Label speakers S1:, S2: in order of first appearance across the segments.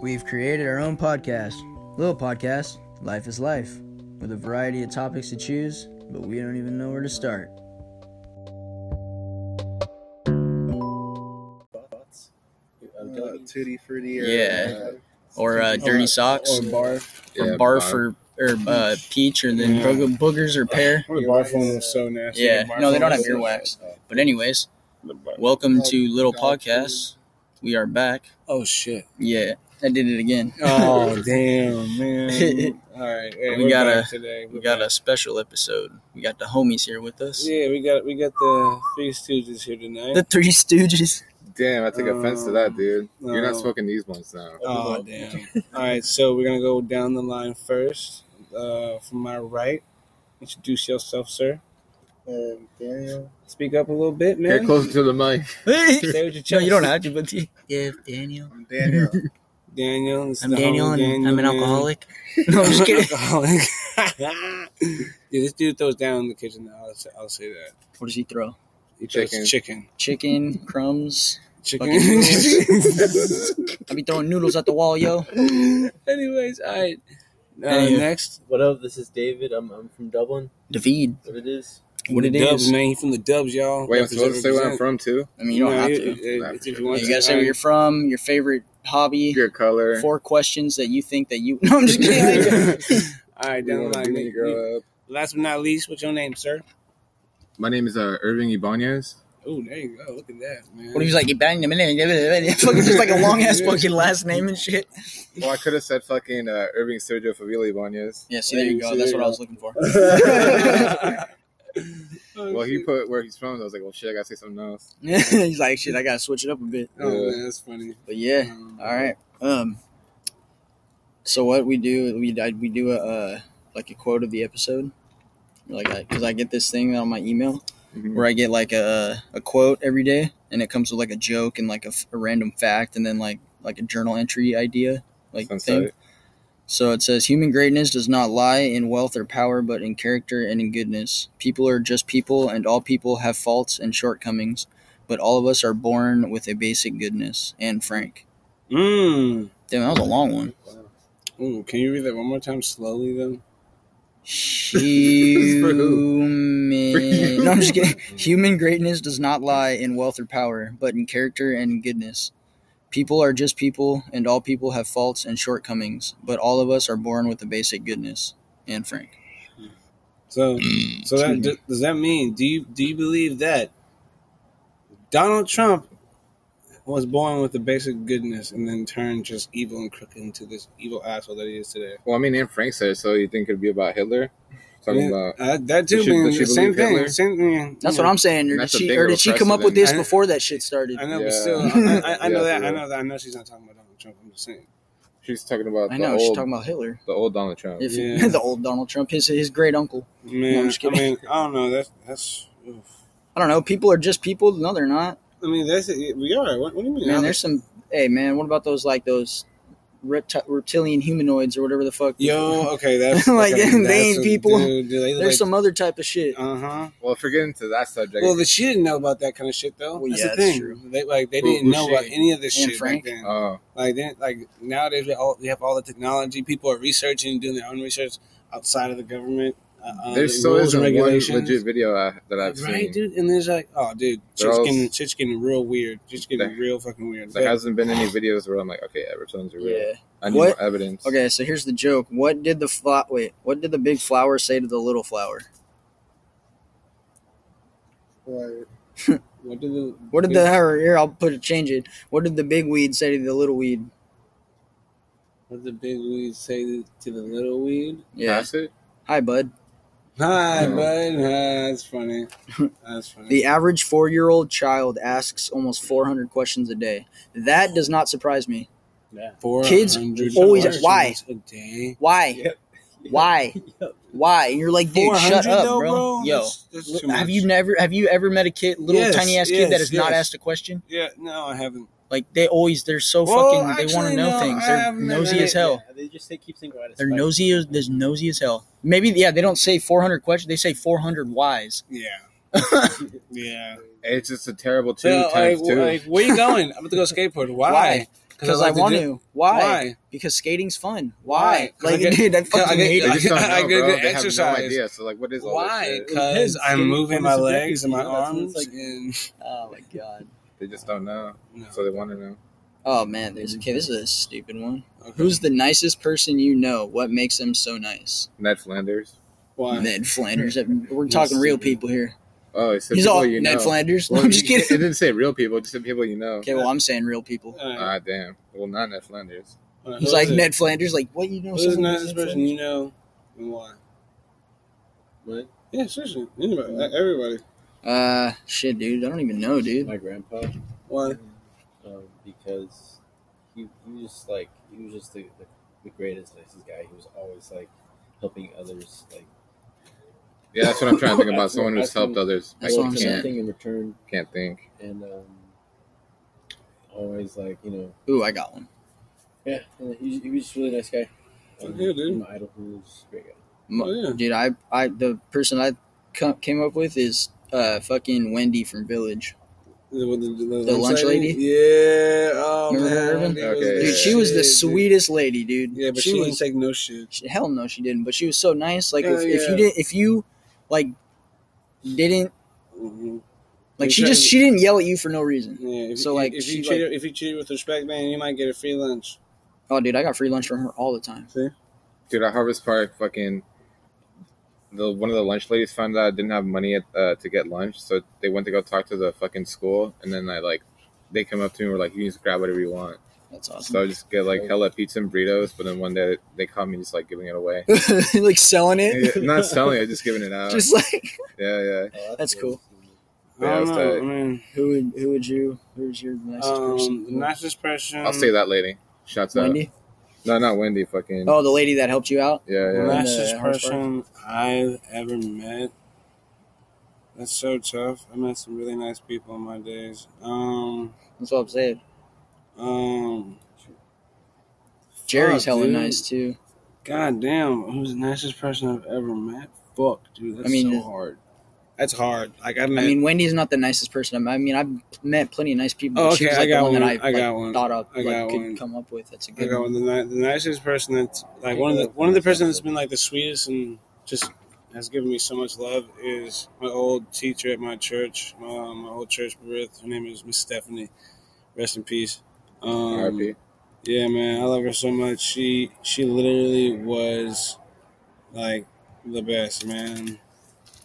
S1: We've created our own podcast, little podcast, Life is Life, with a variety of topics to choose, but we don't even know where to start.
S2: Thoughts?
S3: Uh, titty for the
S1: Yeah.
S3: air.
S1: Or uh, dirty
S2: Or-
S1: socks,
S2: Or barf.
S1: or
S4: Yeah,
S1: barf, or, or uh, peach, and then
S2: Yeah.
S1: boog- boogers or pear.
S2: Your
S3: Barf
S2: eyes,
S3: one
S2: uh,
S3: was so nasty.
S1: Yeah,
S3: Barf
S1: no, they
S3: one
S1: don't have
S3: was so
S1: earwax.
S3: nasty.
S1: But anyways,
S4: Barf.
S1: welcome to Little
S3: dog food.
S1: Podcast. We are back.
S2: Oh shit!
S1: Yeah, I did it again.
S2: Oh damn, man! All right, hey,
S1: We
S2: we're
S1: got
S2: back
S1: a-
S2: today.
S1: We
S2: We're
S1: got
S2: back.
S1: a special episode. We got the homies here with us.
S2: Yeah, we got we got the three Stooges here tonight.
S1: The Three Stooges.
S4: Damn, I take offense to that, dude. You're
S2: no.
S4: not smoking these ones now.
S2: Um, oh damn! All right, so we're gonna go down the line first. Uh, from my right, introduce yourself, sir.
S3: Um, Daniel.
S2: Speak up a little bit,
S4: Get
S2: man.
S4: closer to the mic.
S1: Hey!
S2: Say what you
S1: no, you don't have to, but yeah, Daniel.
S3: I'm Daniel.
S2: Daniel. this is
S1: I'm
S2: the homie
S1: Daniel, and I'm
S2: man.
S1: an alcoholic. No, I'm just kidding.
S2: Alcoholic. Dude, this dude throws down in the kitchen. I'll, say- I'll say that.
S1: What does he throw?
S2: He throws
S4: Chicken.
S2: chicken.
S1: Chicken, crumbs.
S2: Chicken.
S1: I be throwing noodles at the wall, yo.
S2: Anyways, all right. Uh,
S1: Anyway.
S2: Next,
S5: What up? This is David. I'm, I'm from Dublin.
S1: David,
S5: What it is?
S1: what it
S2: the
S1: is?
S2: dubs, man. He from the dubs, y'all.
S4: Wait, I'm supposed to say where I'm from too.
S1: I mean, you don't have to. You gotta say where you're from, your favorite hobby,
S4: Your color.
S1: four questions that you think that you. No, I'm just kidding.
S2: All right, down the
S4: You wanna be
S2: line.
S4: me,
S2: Nick, Nick.
S4: grow up.
S2: Last but not least, what's your name, sir?
S4: My name is uh, Irving Ibanez.
S2: Oh, there you go. Look at that, man.
S1: what if he's like, you bang them in there, fucking just like a long ass fucking last name and shit.
S4: Well, I could have said fucking uh, Irving Sergio Favila Ibanez.
S1: Yeah, see, there you go. That's what I was looking for.
S2: Oh,
S4: Well, he
S2: shit.
S4: put where he's from. I was like, well, shit, I gotta say something else.
S1: he's like, shit, I gotta switch it up a bit.
S2: Oh, man, that's funny.
S1: But yeah.
S2: Um,
S1: All right. Um. So what we do, we I, we do a uh, like a quote of the episode, like because I, get this thing on my email
S4: Mhm.
S1: where I get like a a quote every day, and it comes with like a joke and like a, f- a random fact, and then like like a journal entry idea like
S4: Sounds
S1: thing.
S4: tight.
S1: So it says human greatness does not lie in wealth or power, but in character and in goodness. People are just people, and all people have faults and shortcomings, but all of us are born with a basic goodness. And Frank,
S2: Mm.
S1: damn, that was a long one.
S2: Ooh, can you read that one more time slowly, then?
S1: Human. no, I'm just kidding. Human greatness does not lie in wealth or power, but in character and in goodness. People are just people, and all people have faults and shortcomings, but all of us are born with the basic goodness. And Frank.
S2: So,
S4: Mm,
S2: so that
S1: Excuse
S2: d- does that mean? Do you do you believe that Donald Trump was born with the basic goodness and then turned just evil and crooked into this evil asshole that he is today?
S4: Well, I mean, and Frank said so. You think it'd be about Hitler? Talking
S2: Yeah,
S4: about
S2: uh, that too,
S4: Does she-
S2: man.
S4: does she
S2: the same
S4: believe
S2: thing.
S4: Hitler?
S2: Same thing.
S1: That's what I'm saying. Or did,
S4: That's a
S1: she,
S4: bigger
S1: or did she come up with this
S2: precedent.
S1: before that shit started?
S2: I know,
S4: Yeah.
S2: but still, I, I, I know
S4: Yeah,
S2: that.
S4: yeah.
S2: I know that. I know she's not talking about Donald Trump. I'm just saying.
S4: she's talking about
S1: I
S4: the
S1: know. She's
S4: old
S1: talking about Hitler.
S4: the old Donald Trump.
S1: If
S2: Oh. Yeah.
S1: the old Donald Trump, his his great uncle.
S2: Man,
S1: I'm just
S2: I
S1: kidding.
S2: mean, I don't know. That's that's. Oof.
S1: I don't know. People are just people. No, they're not.
S2: I mean, that's it. we are. What, what do you mean?
S1: Man, there's some. Hey, man, what about those like those repti- reptilian humanoids or whatever the fuck?
S2: Yo, okay, that's
S1: Like,
S2: okay,
S1: they
S2: that's
S1: ain't
S2: a-
S1: people.
S2: dude, dude, they look
S1: there's some other type of shit.
S2: like, uh
S1: Uh-huh.
S2: huh.
S4: Well, if we're getting to that subject,
S2: Well, that she didn't know about that kind of shit though.
S1: Well,
S2: that's
S1: yeah,
S2: the
S1: that's
S2: thing.
S1: true.
S2: They like they
S4: Who-
S2: didn't
S4: who's
S2: know about
S4: she?
S2: any of this
S1: Anne
S2: shit
S1: Frank?
S2: back then.
S4: oh,
S2: like then, like nowadays we all we have all the technology. People are researching and doing their own research outside of the government. Uh, uh,
S4: there
S2: the
S4: still
S2: rules and
S4: isn't one
S2: regulations.
S4: legit video I, that I've
S2: right,
S4: seen.
S2: dude. And there's like, oh, dude,
S4: They're
S2: shit's
S4: all-
S2: getting shit's getting real weird. Just getting
S4: They-
S2: real fucking weird.
S4: There
S2: But-
S4: hasn't been any videos where I'm like, okay, Everton's are real.
S1: Yeah.
S4: I need
S1: What?
S4: more evidence.
S1: Okay, so here's the joke. What did the fla- wait? What did the big flower say to the little flower?
S3: Like,
S2: what did the
S1: What did the here? here, I'll put it. Change it. What did the big weed say to the little weed?
S2: what did the big weed say to to the little weed?
S1: Yeah.
S4: That's it.
S1: Hi, bud.
S2: Hi,
S4: Yeah.
S2: bud. Hi, that's funny. That's funny.
S1: The average four-year-old child asks almost 400 questions a day. That does not surprise me. Kids
S2: 400
S1: always-
S2: questions
S1: why?
S2: a day.
S1: Why?
S5: Yep.
S1: Why? Why? And you're like, dude, shut
S2: 400
S1: up,
S2: though,
S1: bro. Yo.
S2: That's- that's too
S1: Have
S2: much.
S1: you never have you ever met a kid little
S2: Yes,
S1: tiny ass kid that
S2: yes,
S1: has not
S2: yes.
S1: asked a question?
S2: Yeah, no, I haven't.
S1: Like they always they're so
S2: Well,
S1: fucking they want
S2: actually,
S1: to know
S2: no,
S1: things.
S2: I
S1: They're
S2: haven't met
S1: nosy
S2: any-
S1: as hell.
S5: Yeah, they just they keep thinking about it.
S1: They're nosy as they're nosy as hell. Maybe yeah, they don't say 400 questions, they say 400 whys.
S2: Yeah, yeah.
S4: It's just a terrible two
S2: So, like,
S4: times two.
S2: like, where you going? I'm about to go skateboard. Why?
S1: Why? because I,
S2: like to
S1: want
S2: do-
S1: to. Why? Because skating's fun.
S2: Why?
S1: Why?
S2: 'Cause
S1: Like,
S2: I get-
S1: dude, I
S2: I
S1: fucking
S2: get-
S1: hate
S4: They
S1: it.
S4: just don't know,
S2: I get
S4: bro.
S2: good
S4: They have
S2: exercise.
S4: no idea. So like, what is all this
S2: Why?
S4: shit?
S2: Because
S5: It's
S2: I'm
S5: getting
S2: moving
S5: fun
S2: my
S5: as a cookie,
S2: legs and my
S5: you know? That's what
S2: arms
S5: it's like.
S2: and
S1: Oh my god.
S4: They just don't know,
S2: no.
S4: so they want to know.
S1: Oh man, there's okay. This is a stupid one.
S2: Okay.
S1: Who's the nicest person you know? What makes them so nice?
S4: Ned Flanders.
S2: why?
S1: Ned Flanders. We're
S2: He's
S1: talking real
S2: stupid.
S1: people here.
S4: Oh, it's the
S1: He's
S4: people
S1: all
S4: you
S1: Ned
S4: know.
S1: Flanders.
S4: Well,
S1: I'm just
S4: you- It
S1: kidding.
S4: didn't say real people, just the people you know.
S1: Okay, well I'm saying real people.
S2: All right.
S4: Ah, damn. Well, not Ned Flanders.
S2: All right.
S1: He's
S2: Who
S1: like
S2: is it?
S1: Ned Flanders. Like what you know?
S2: Who's the
S1: someone
S2: nicest
S1: named
S2: person you know and why?
S5: What?
S2: Yeah, seriously. Anybody, everybody.
S1: Flanders? Uh, shit, dude. I don't even know, dude.
S5: My grandpa,
S2: Why?
S5: um, because he, he was just like he was just the, the, the greatest, nicest guy. He was always like helping others, like
S4: Yeah, that's what I'm trying to think about.
S5: That's
S4: Someone
S5: what-
S4: who's helped others. I
S1: That's what I'm
S5: for
S1: saying.
S4: can't,
S5: something in return,
S4: can't think.
S5: and um, always like you know,
S1: Ooh, I got one.
S5: yeah, he, he was just a really nice guy. Um,
S2: Yeah, dude.
S5: My idol, who was a great guy.
S1: M-
S2: Oh, yeah.
S1: Dude, I, I, the person I co- came up with is uh fucking Wendy from Village.
S2: The, the- the
S1: The lunch lady?
S2: Yeah. Oh,
S1: Remember
S2: man.
S1: her, Irvin?
S2: Wendy was
S4: Okay.
S2: the
S1: Dude, she was the
S2: shit, dude.
S1: sweetest lady, dude.
S2: Yeah, but she, didn't take no shit.
S1: she- hell no she didn't but she was so nice like if,
S2: Hell
S1: if you
S2: yeah.
S1: did if you like didn't
S2: Mhm.
S1: like
S2: You
S1: she
S2: try-
S1: just she didn't yell at you for no reason
S2: Yeah, if,
S1: So,
S2: you-
S1: like,
S2: if
S1: she,
S2: you treat her, if you treat her with respect, man, you might get a free lunch.
S1: oh dude i got free lunch from her all the time
S4: Dude, at Harvest Park, fucking the one of the lunch ladies found out I didn't have money at, uh, to get lunch, so they went to go talk to the fucking school, and then I like they come up to me and were like, "You can just grab whatever you want."
S1: that's awesome
S4: So I just get like hella pizza and burritos, but then one day they caught me just like giving it away,
S1: like selling it
S4: Yeah, not selling it, just giving it out.
S1: just like
S4: yeah, yeah.
S5: Oh,
S1: That's cool.
S4: Yeah,
S2: I
S4: I was
S2: don't know.
S4: tight.
S2: I mean,
S1: who would who would you who's your nicest
S2: um, the
S1: person
S2: nicest person.
S4: I'll say that lady. Shots out.
S1: wendy
S4: No, not Wendy. Fucking.
S1: oh the lady that helped you out
S4: Yeah,
S2: The
S4: yeah.
S1: Right.
S2: nicest
S1: Uh, Harris
S2: person I've ever met. That's so tough. I met some really nice people in my days. Um,
S1: that's what i'm saying
S2: um,
S1: jerry's
S2: fuck,
S1: hella
S2: dude.
S1: nice too
S2: God damn, who's the nicest person I've ever met? Fuck, dude, that's
S1: I mean, uh,
S2: so hard. That's hard. Like I met.
S1: i mean wendy's not the nicest person I'm- i mean i've met plenty of nice people
S2: Oh,
S1: but she
S2: okay,
S1: was
S2: I
S1: like the
S2: got
S1: one,
S2: one.
S1: that i,
S2: I
S1: like,
S2: got one.
S1: thought up
S2: I
S1: like
S2: got
S1: could
S2: one.
S1: come up with that's a
S2: I
S1: good
S2: got
S1: one
S2: one. The, ni- the nicest person that's like one of the one of the person that's been like the sweetest and just has given me so much love is my old teacher at my church, my, my old church birth. Her name is Miss Stephanie. Rest in peace. Um,
S4: R.I.P.
S2: yeah, man, I love her so much. She she literally was like the best, man.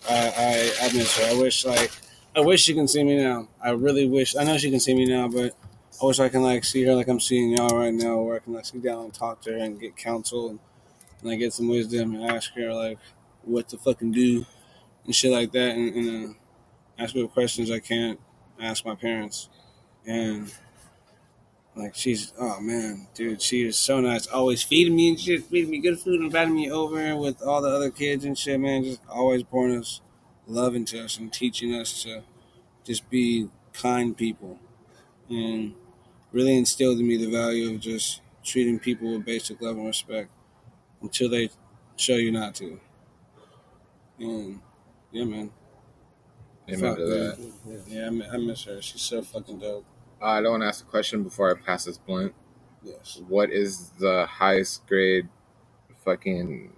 S2: I I, I miss her. I wish like I wish she can see me now. I really wish. I know she can see me now, but I wish I can like see her like I'm seeing y'all right now, where I can like sit down and talk to her and get counsel and, and like get some wisdom and ask her like what to fucking do and shit like that, and, and uh, ask her questions I can't ask my parents. And like she's oh man, dude, she is so nice. Always feeding me and shit, feeding me good food, and inviting me over with all the other kids and shit, man. Just always pouring us love into us and teaching us to just be kind people. And really instilled in me the value of just treating people with basic love and respect until they show you not to. And yeah, man.
S4: Amen to that.
S2: Yeah, I mi- I miss her. She's so fucking dope.
S4: Uh, I don't want to ask a question before I pass this blunt.
S2: Yes.
S4: What is the highest grade? Fucking.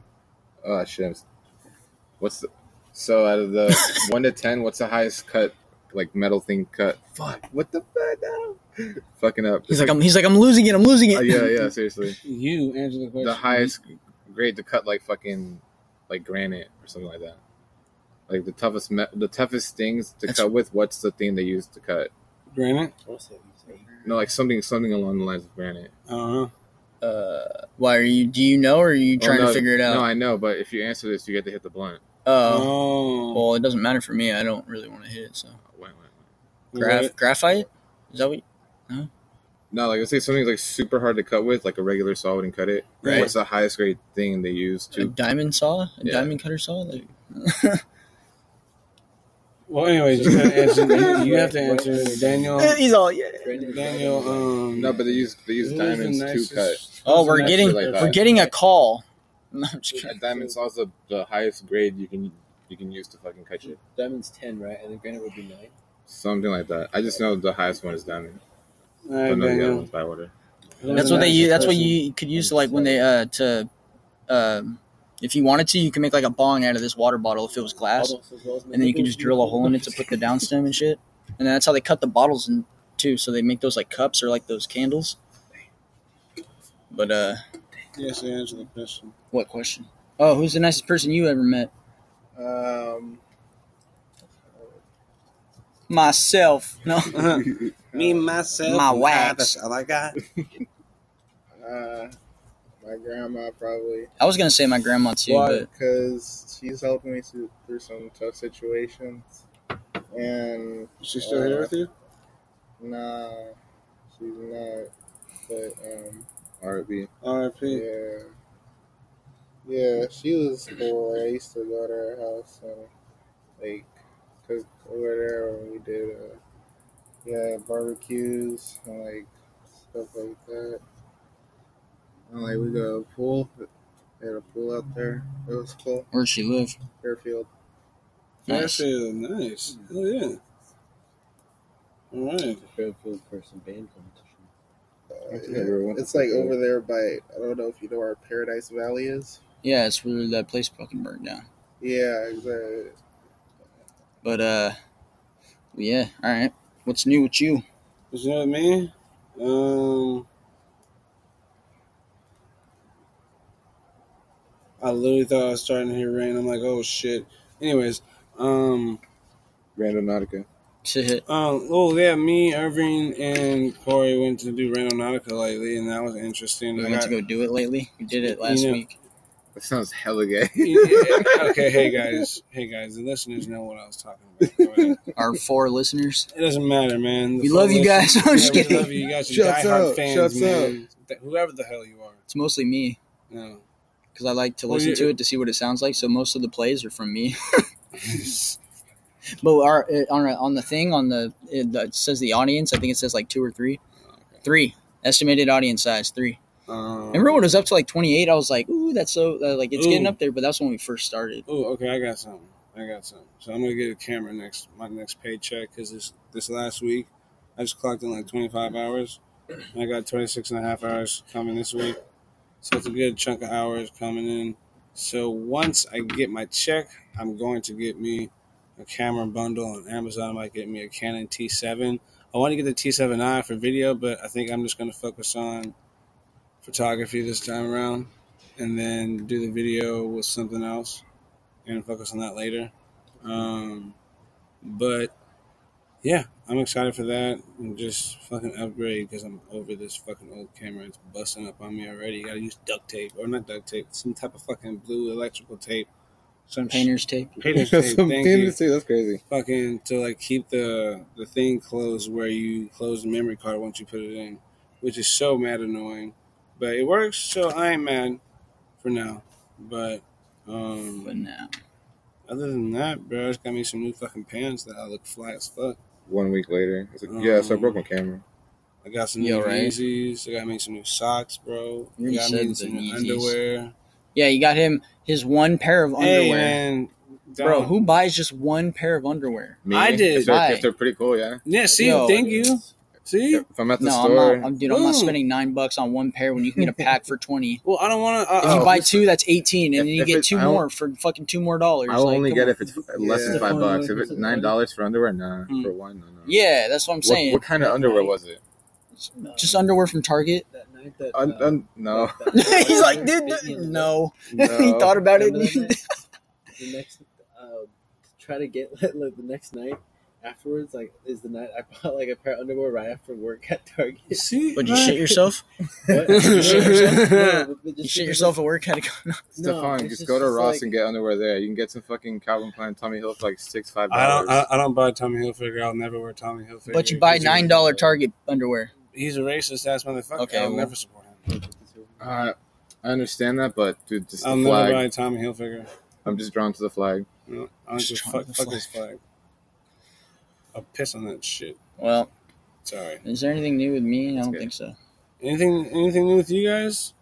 S4: Oh shit! I'm- What's the? So out of the one to ten, what's the highest cut? Like metal thing cut. Fuck! What the fuck? No. Fucking up.
S1: He's like, I'm, he's like, I'm losing it. I'm losing it.
S4: Oh, yeah, yeah. Seriously,
S2: You answer the question.
S4: the highest grade to cut like fucking like granite or something like that. Like the toughest, me- the toughest things to
S1: That's-
S4: cut with. What's the thing they use to cut?
S2: Granite?
S4: No, like something, something along the lines of granite.
S2: I don't know.
S1: Uh, why are you? Do you know, or are you
S4: Oh,
S1: trying
S4: no,
S1: to figure it
S4: No,
S1: out?
S4: I know, but if you answer this, you get to hit the blunt.
S1: Oh,
S2: Oh.
S1: well, it doesn't matter for me. I don't really want to hit it. So
S4: Wait, wait, wait.
S1: Graph, graphite? Is that what?
S4: No, like I say, something like super hard to cut with, like a regular saw wouldn't cut it.
S2: Right.
S4: What's the highest grade thing they use
S1: A
S4: to?
S1: diamond saw? A
S4: Yeah.
S1: diamond cutter saw? Like,
S2: Well, anyways, you, gotta answer, you have to answer Daniel.
S1: Eh, he's all yeah.
S2: Daniel, um.
S4: No, but they use they use
S2: who's the
S4: diamonds
S2: nicest-
S4: to cut.
S1: Oh,
S2: who's the
S1: we're
S2: nicest
S1: getting
S4: like
S2: person?
S1: we're getting a call. No, I'm just
S4: A
S1: kidding.
S4: diamond saw's the, the highest grade you can you can use to fucking cut shit.
S5: Diamond's ten, right? And then granite would be nine.
S4: Something like that. I just know the highest one is diamond.
S2: All
S4: I
S2: right,
S4: know the other
S2: Daniel.
S4: ones by order.
S1: That's
S2: doesn't
S1: what
S2: matter,
S1: they
S2: it's
S1: use.
S2: a
S1: That's what
S2: person.
S1: you could use to like when they uh to, um, if you wanted to, you can make like a bong out of this water bottle if it was glass, and then you can just drill a hole in it to put the downstem and shit. And that's how they cut the bottles in too. So they make those like cups or like those candles. But uh,
S2: Yes, to answer the question.
S1: what question? Oh, who's the nicest person you ever met?
S3: Um,
S1: Myself. No.
S2: Uh-huh. Me, myself,
S1: My
S2: and
S1: wax.
S2: I, that's all I got.
S3: uh, my grandma probably
S1: I was gonna say my grandma too, but
S3: because she's helped me through, through some tough situations, and
S2: She's still here with you?
S3: nah, she's not. But um,
S4: RB.
S2: RIP.
S3: yeah, yeah, she was cool. I used to go to her house and like cook over there when we did uh, yeah barbecues and like stuff like that. And like we got a pool, we had a pool out there. It was cool.
S1: where'd she live?
S3: Fairfield.
S1: Nice.
S2: Actually, nice. Oh, yeah. All right.
S5: Fairfield person band competition.
S3: Uh,
S4: That's
S3: yeah.
S4: everyone.
S3: It's like over there by I don't know if you know where Paradise Valley is.
S1: Yeah, it's where that place fucking burned down.
S3: Yeah, exactly.
S1: But uh, yeah. All right. What's new with you?
S2: But you know what I mean? Um, I literally thought I was starting to hear rain. I'm like, oh shit. Anyways, um,
S4: Random Nautica.
S2: um, oh yeah, me, Irving, and Corey went to do Random Nautica lately, and that was interesting.
S1: We
S2: I
S1: went to
S2: got-
S1: go do it lately. We did it last
S2: You know-
S1: week.
S4: That sounds hella gay.
S2: okay, hey guys, hey guys, the listeners know what I was talking about. Go ahead.
S1: Our four listeners.
S2: It doesn't matter, man. The
S1: We
S2: full
S1: love you
S2: listen-
S1: guys. I'm just
S2: Yeah, we
S1: kidding.
S2: love you. You guys are
S3: Shuts
S2: diehard
S3: up,
S2: fans,
S3: shuts
S2: man. Th- Whoever the hell you are.
S1: It's mostly me
S2: No.
S1: because I like to
S2: Well,
S1: listen
S2: you-
S1: to it to see what it sounds like. So most of the plays are from me. But our uh, on a, on the thing on the it, it says the audience. I think it says like two or three. Three estimated audience size three.
S2: Um,
S1: Remember when it was up to like 28? I was like, ooh, that's so uh, like it's getting
S2: Ooh.
S1: up there. But that's when we first started.
S2: Oh, okay. I got something. I got something. So I'm gonna get a camera next my next paycheck because this this last week I just clocked in like 25 hours. And I got 26 and a half hours coming this week, so it's a good chunk of hours coming in. So once I get my check, I'm going to get me a camera bundle on Amazon. I might get me a Canon T7. I want to get the T7i for video, but I think I'm just gonna focus on photography this time around, and then do the video with something else and focus on that later. Um, but yeah, I'm excited for that and just fucking upgrade because I'm over this fucking old camera. It's busting up on me already. gotta use duct tape or not duct tape, some type of fucking blue electrical tape, some painter,
S1: Painters tape.
S2: painter's tape.
S4: Some
S2: thank
S4: thing
S2: you
S4: to say, That's crazy.
S2: fucking to like keep the the thing closed where you close the memory card once you put it in, which is so mad annoying. But it works, so I ain't mad for now. But um
S1: But now
S2: other than that, bro, I just got me some new fucking pants that I look fly as fuck.
S4: One week later, it's like, yeah, so I
S2: Um,
S4: broke my camera.
S2: I got some
S1: Yeah,
S2: new
S1: right.
S2: Yeezys. I got me some new socks, bro.
S1: You
S2: I
S1: already
S2: got
S1: said
S2: me
S1: the
S2: some
S1: Yeezys.
S2: underwear.
S1: yeah, you got him his one pair of
S2: Hey,
S1: underwear.
S2: man.
S1: Bro,
S2: Dom.
S1: who buys just one pair of underwear?
S4: Me?
S2: I did.
S4: If they're,
S1: Why?
S4: if they're pretty cool, yeah.
S2: Yeah, see,
S1: Yo.
S2: thank you. See?
S4: If I'm at the
S1: No,
S4: store,
S1: I'm not. I'm, dude, I'm
S2: Boom.
S1: not spending nine bucks on one pair when you can get a pack for twenty.
S2: Well, I don't want to. Uh,
S1: If you
S4: Oh,
S1: buy two, that's eighteen, and
S4: if-
S1: then you
S4: if
S1: get
S4: it-
S1: two
S4: I'll-
S1: more for fucking two more dollars.
S4: I'll
S1: Like,
S4: only
S1: come
S4: get
S1: on.
S4: if it's less than
S3: Yeah.
S4: five bucks. If it's nine dollars for underwear, nah.
S2: Hmm.
S4: For one, no, no.
S1: Yeah, that's what I'm
S4: What,
S1: saying.
S4: what kind of underwear was it?
S1: Just underwear from Target.
S5: That night that,
S4: Un,
S5: uh,
S4: un, no,
S5: that- that-
S1: He's like, dude,
S5: that-
S1: dude, no.
S4: no.
S1: he thought about it.
S5: And then the next- um, the next, uh, try to get like the next night afterwards. Like, is the night I bought like a pair of underwear right after work at Target.
S2: see?
S1: Would you
S2: man?
S1: shit yourself?
S5: What?
S2: You shit yourself?
S5: No, but- but
S1: You
S5: just
S1: shit
S5: because-
S1: yourself at work? Had to go.
S5: no,
S4: Stefan,
S5: it's
S4: just, go to
S5: it's
S4: Ross
S5: like-
S4: and get underwear there. You can get some fucking Calvin Klein Tommy Hill for like six, five
S2: I don't.
S4: dollars.
S2: I, I don't buy Tommy Hilfiger. I'll never wear Tommy Hilfiger.
S1: But you buy
S2: He's a-
S1: nine dollar Target underwear.
S2: He's a racist ass motherfucker.
S1: Okay,
S2: I'll
S1: well.
S2: never support him.
S4: Uh, I understand that, but dude, just the
S2: I'll never
S4: flag.
S2: buy Tommy Hilfiger.
S4: I'm just drawn to the flag.
S2: No, I'll
S1: Just
S2: just
S1: trying
S2: fuck,
S1: to
S2: fuck
S1: fly.
S2: his flag. I'll piss on that shit.
S1: Well,
S2: Sorry.
S1: is there anything new with me? I don't
S4: good.
S1: think so.
S2: Anything? Anything new with you guys?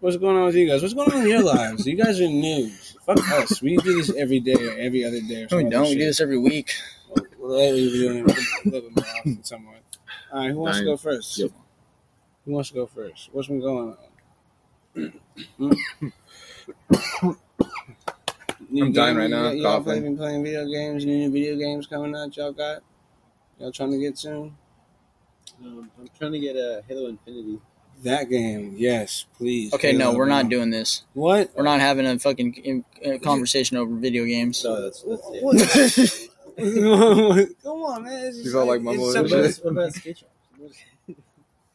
S2: What's going on with you guys? What's going on in your lives? You guys are new. Fuck us. We do this every day or every other day. Or some
S1: No, we
S2: other
S1: don't. We
S2: shit.
S1: do this every week.
S2: Well, lately we've been doing it a little bit more often somewhere. All right, who wants to go first?
S4: Yep.
S2: Who wants to go first? What's been going on? New
S4: I'm dying
S2: game-
S4: right now,
S2: y- Y'all
S4: coughing.
S2: been playing video games. Any new video games coming out? Y'all got? Y'all trying to get soon?
S5: Um, I'm trying to get a Halo Infinity.
S2: That game, yes, please.
S1: Okay, no,
S2: Halo,
S1: we're not
S2: man.
S1: doing this.
S2: What?
S1: We're not having a fucking uh, conversation over video games.
S5: No, that's that's it.
S2: What? Come on, man. It's just
S4: He's all like, "Mama,
S2: it's
S4: what
S5: What
S2: something-
S5: about, what about skate tracks?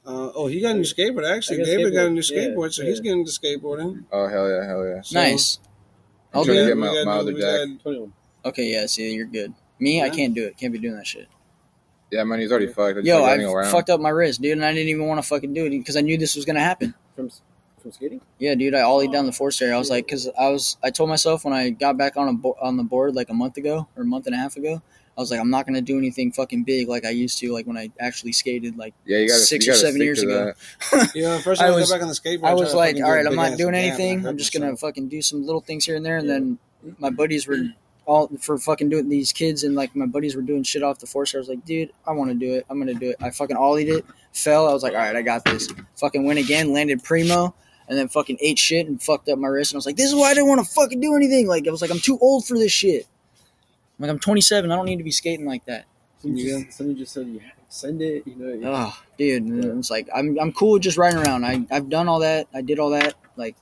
S2: Uh, oh, he got a new skateboard. Actually,
S5: I got a
S2: David got a new
S5: skateboard. Yeah,
S2: skateboard, so he's
S5: yeah.
S2: getting into skateboarding.
S4: Oh hell yeah, hell yeah.
S2: So-
S1: Nice. I'll
S4: Try
S1: do
S4: to
S1: it.
S4: get my-
S2: we got
S4: my
S2: new-
S4: other
S2: we
S4: deck.
S2: got-
S5: Twenty-one.
S1: Okay, yeah, see, you're good. Me, I
S2: Yeah.
S1: can't do it. Can't be doing that shit.
S4: Yeah, man, he's already fucked. I just
S1: Yo, I
S4: like running around.
S1: fucked up my wrist, dude, and I didn't even want to fucking do it because I knew this was gonna happen.
S5: From s- from skating?
S1: Yeah, dude, I ollied down the force area. I was like, because I was, I told myself when I got back on a bo- on the board like a month ago or a month and a half ago, I was like, I'm not gonna do anything fucking big like I used to, like when I actually skated. Like,
S4: yeah, you gotta,
S1: six
S4: you
S1: or
S4: gotta
S1: seven
S4: stick
S1: years
S4: to
S1: ago.
S4: that.
S2: Yeah, first
S1: I
S2: I,
S1: was-
S2: got back on the skateboard.
S1: I
S2: tried
S1: was
S2: to
S1: like,
S2: fucking
S1: all
S2: do a
S1: right, I'm
S2: big
S1: not
S2: ass
S1: doing
S2: jab, and I
S1: anything.
S2: hurt
S1: I'm just gonna
S2: myself.
S1: fucking do some little things here and there. And then my buddies were all for fucking doing these kids and like my buddies were doing shit off the force. I was like, dude, I want to do it. I'm gonna do it. I fucking ollied it, fell. I was like, all right, I got this. Fucking went again, landed primo. And then fucking ate shit and fucked up my wrist. And I was like, this is why I didn't want to fucking do anything. Like, I was like, I'm too old for this shit. I'm like, I'm 27. I don't need to be skating like that.
S5: Somebody just, somebody just said you had to send it. You know,
S1: Oh, dude, and then it's like I'm I'm cool with just riding around. I I've done all that. I did all that. Like,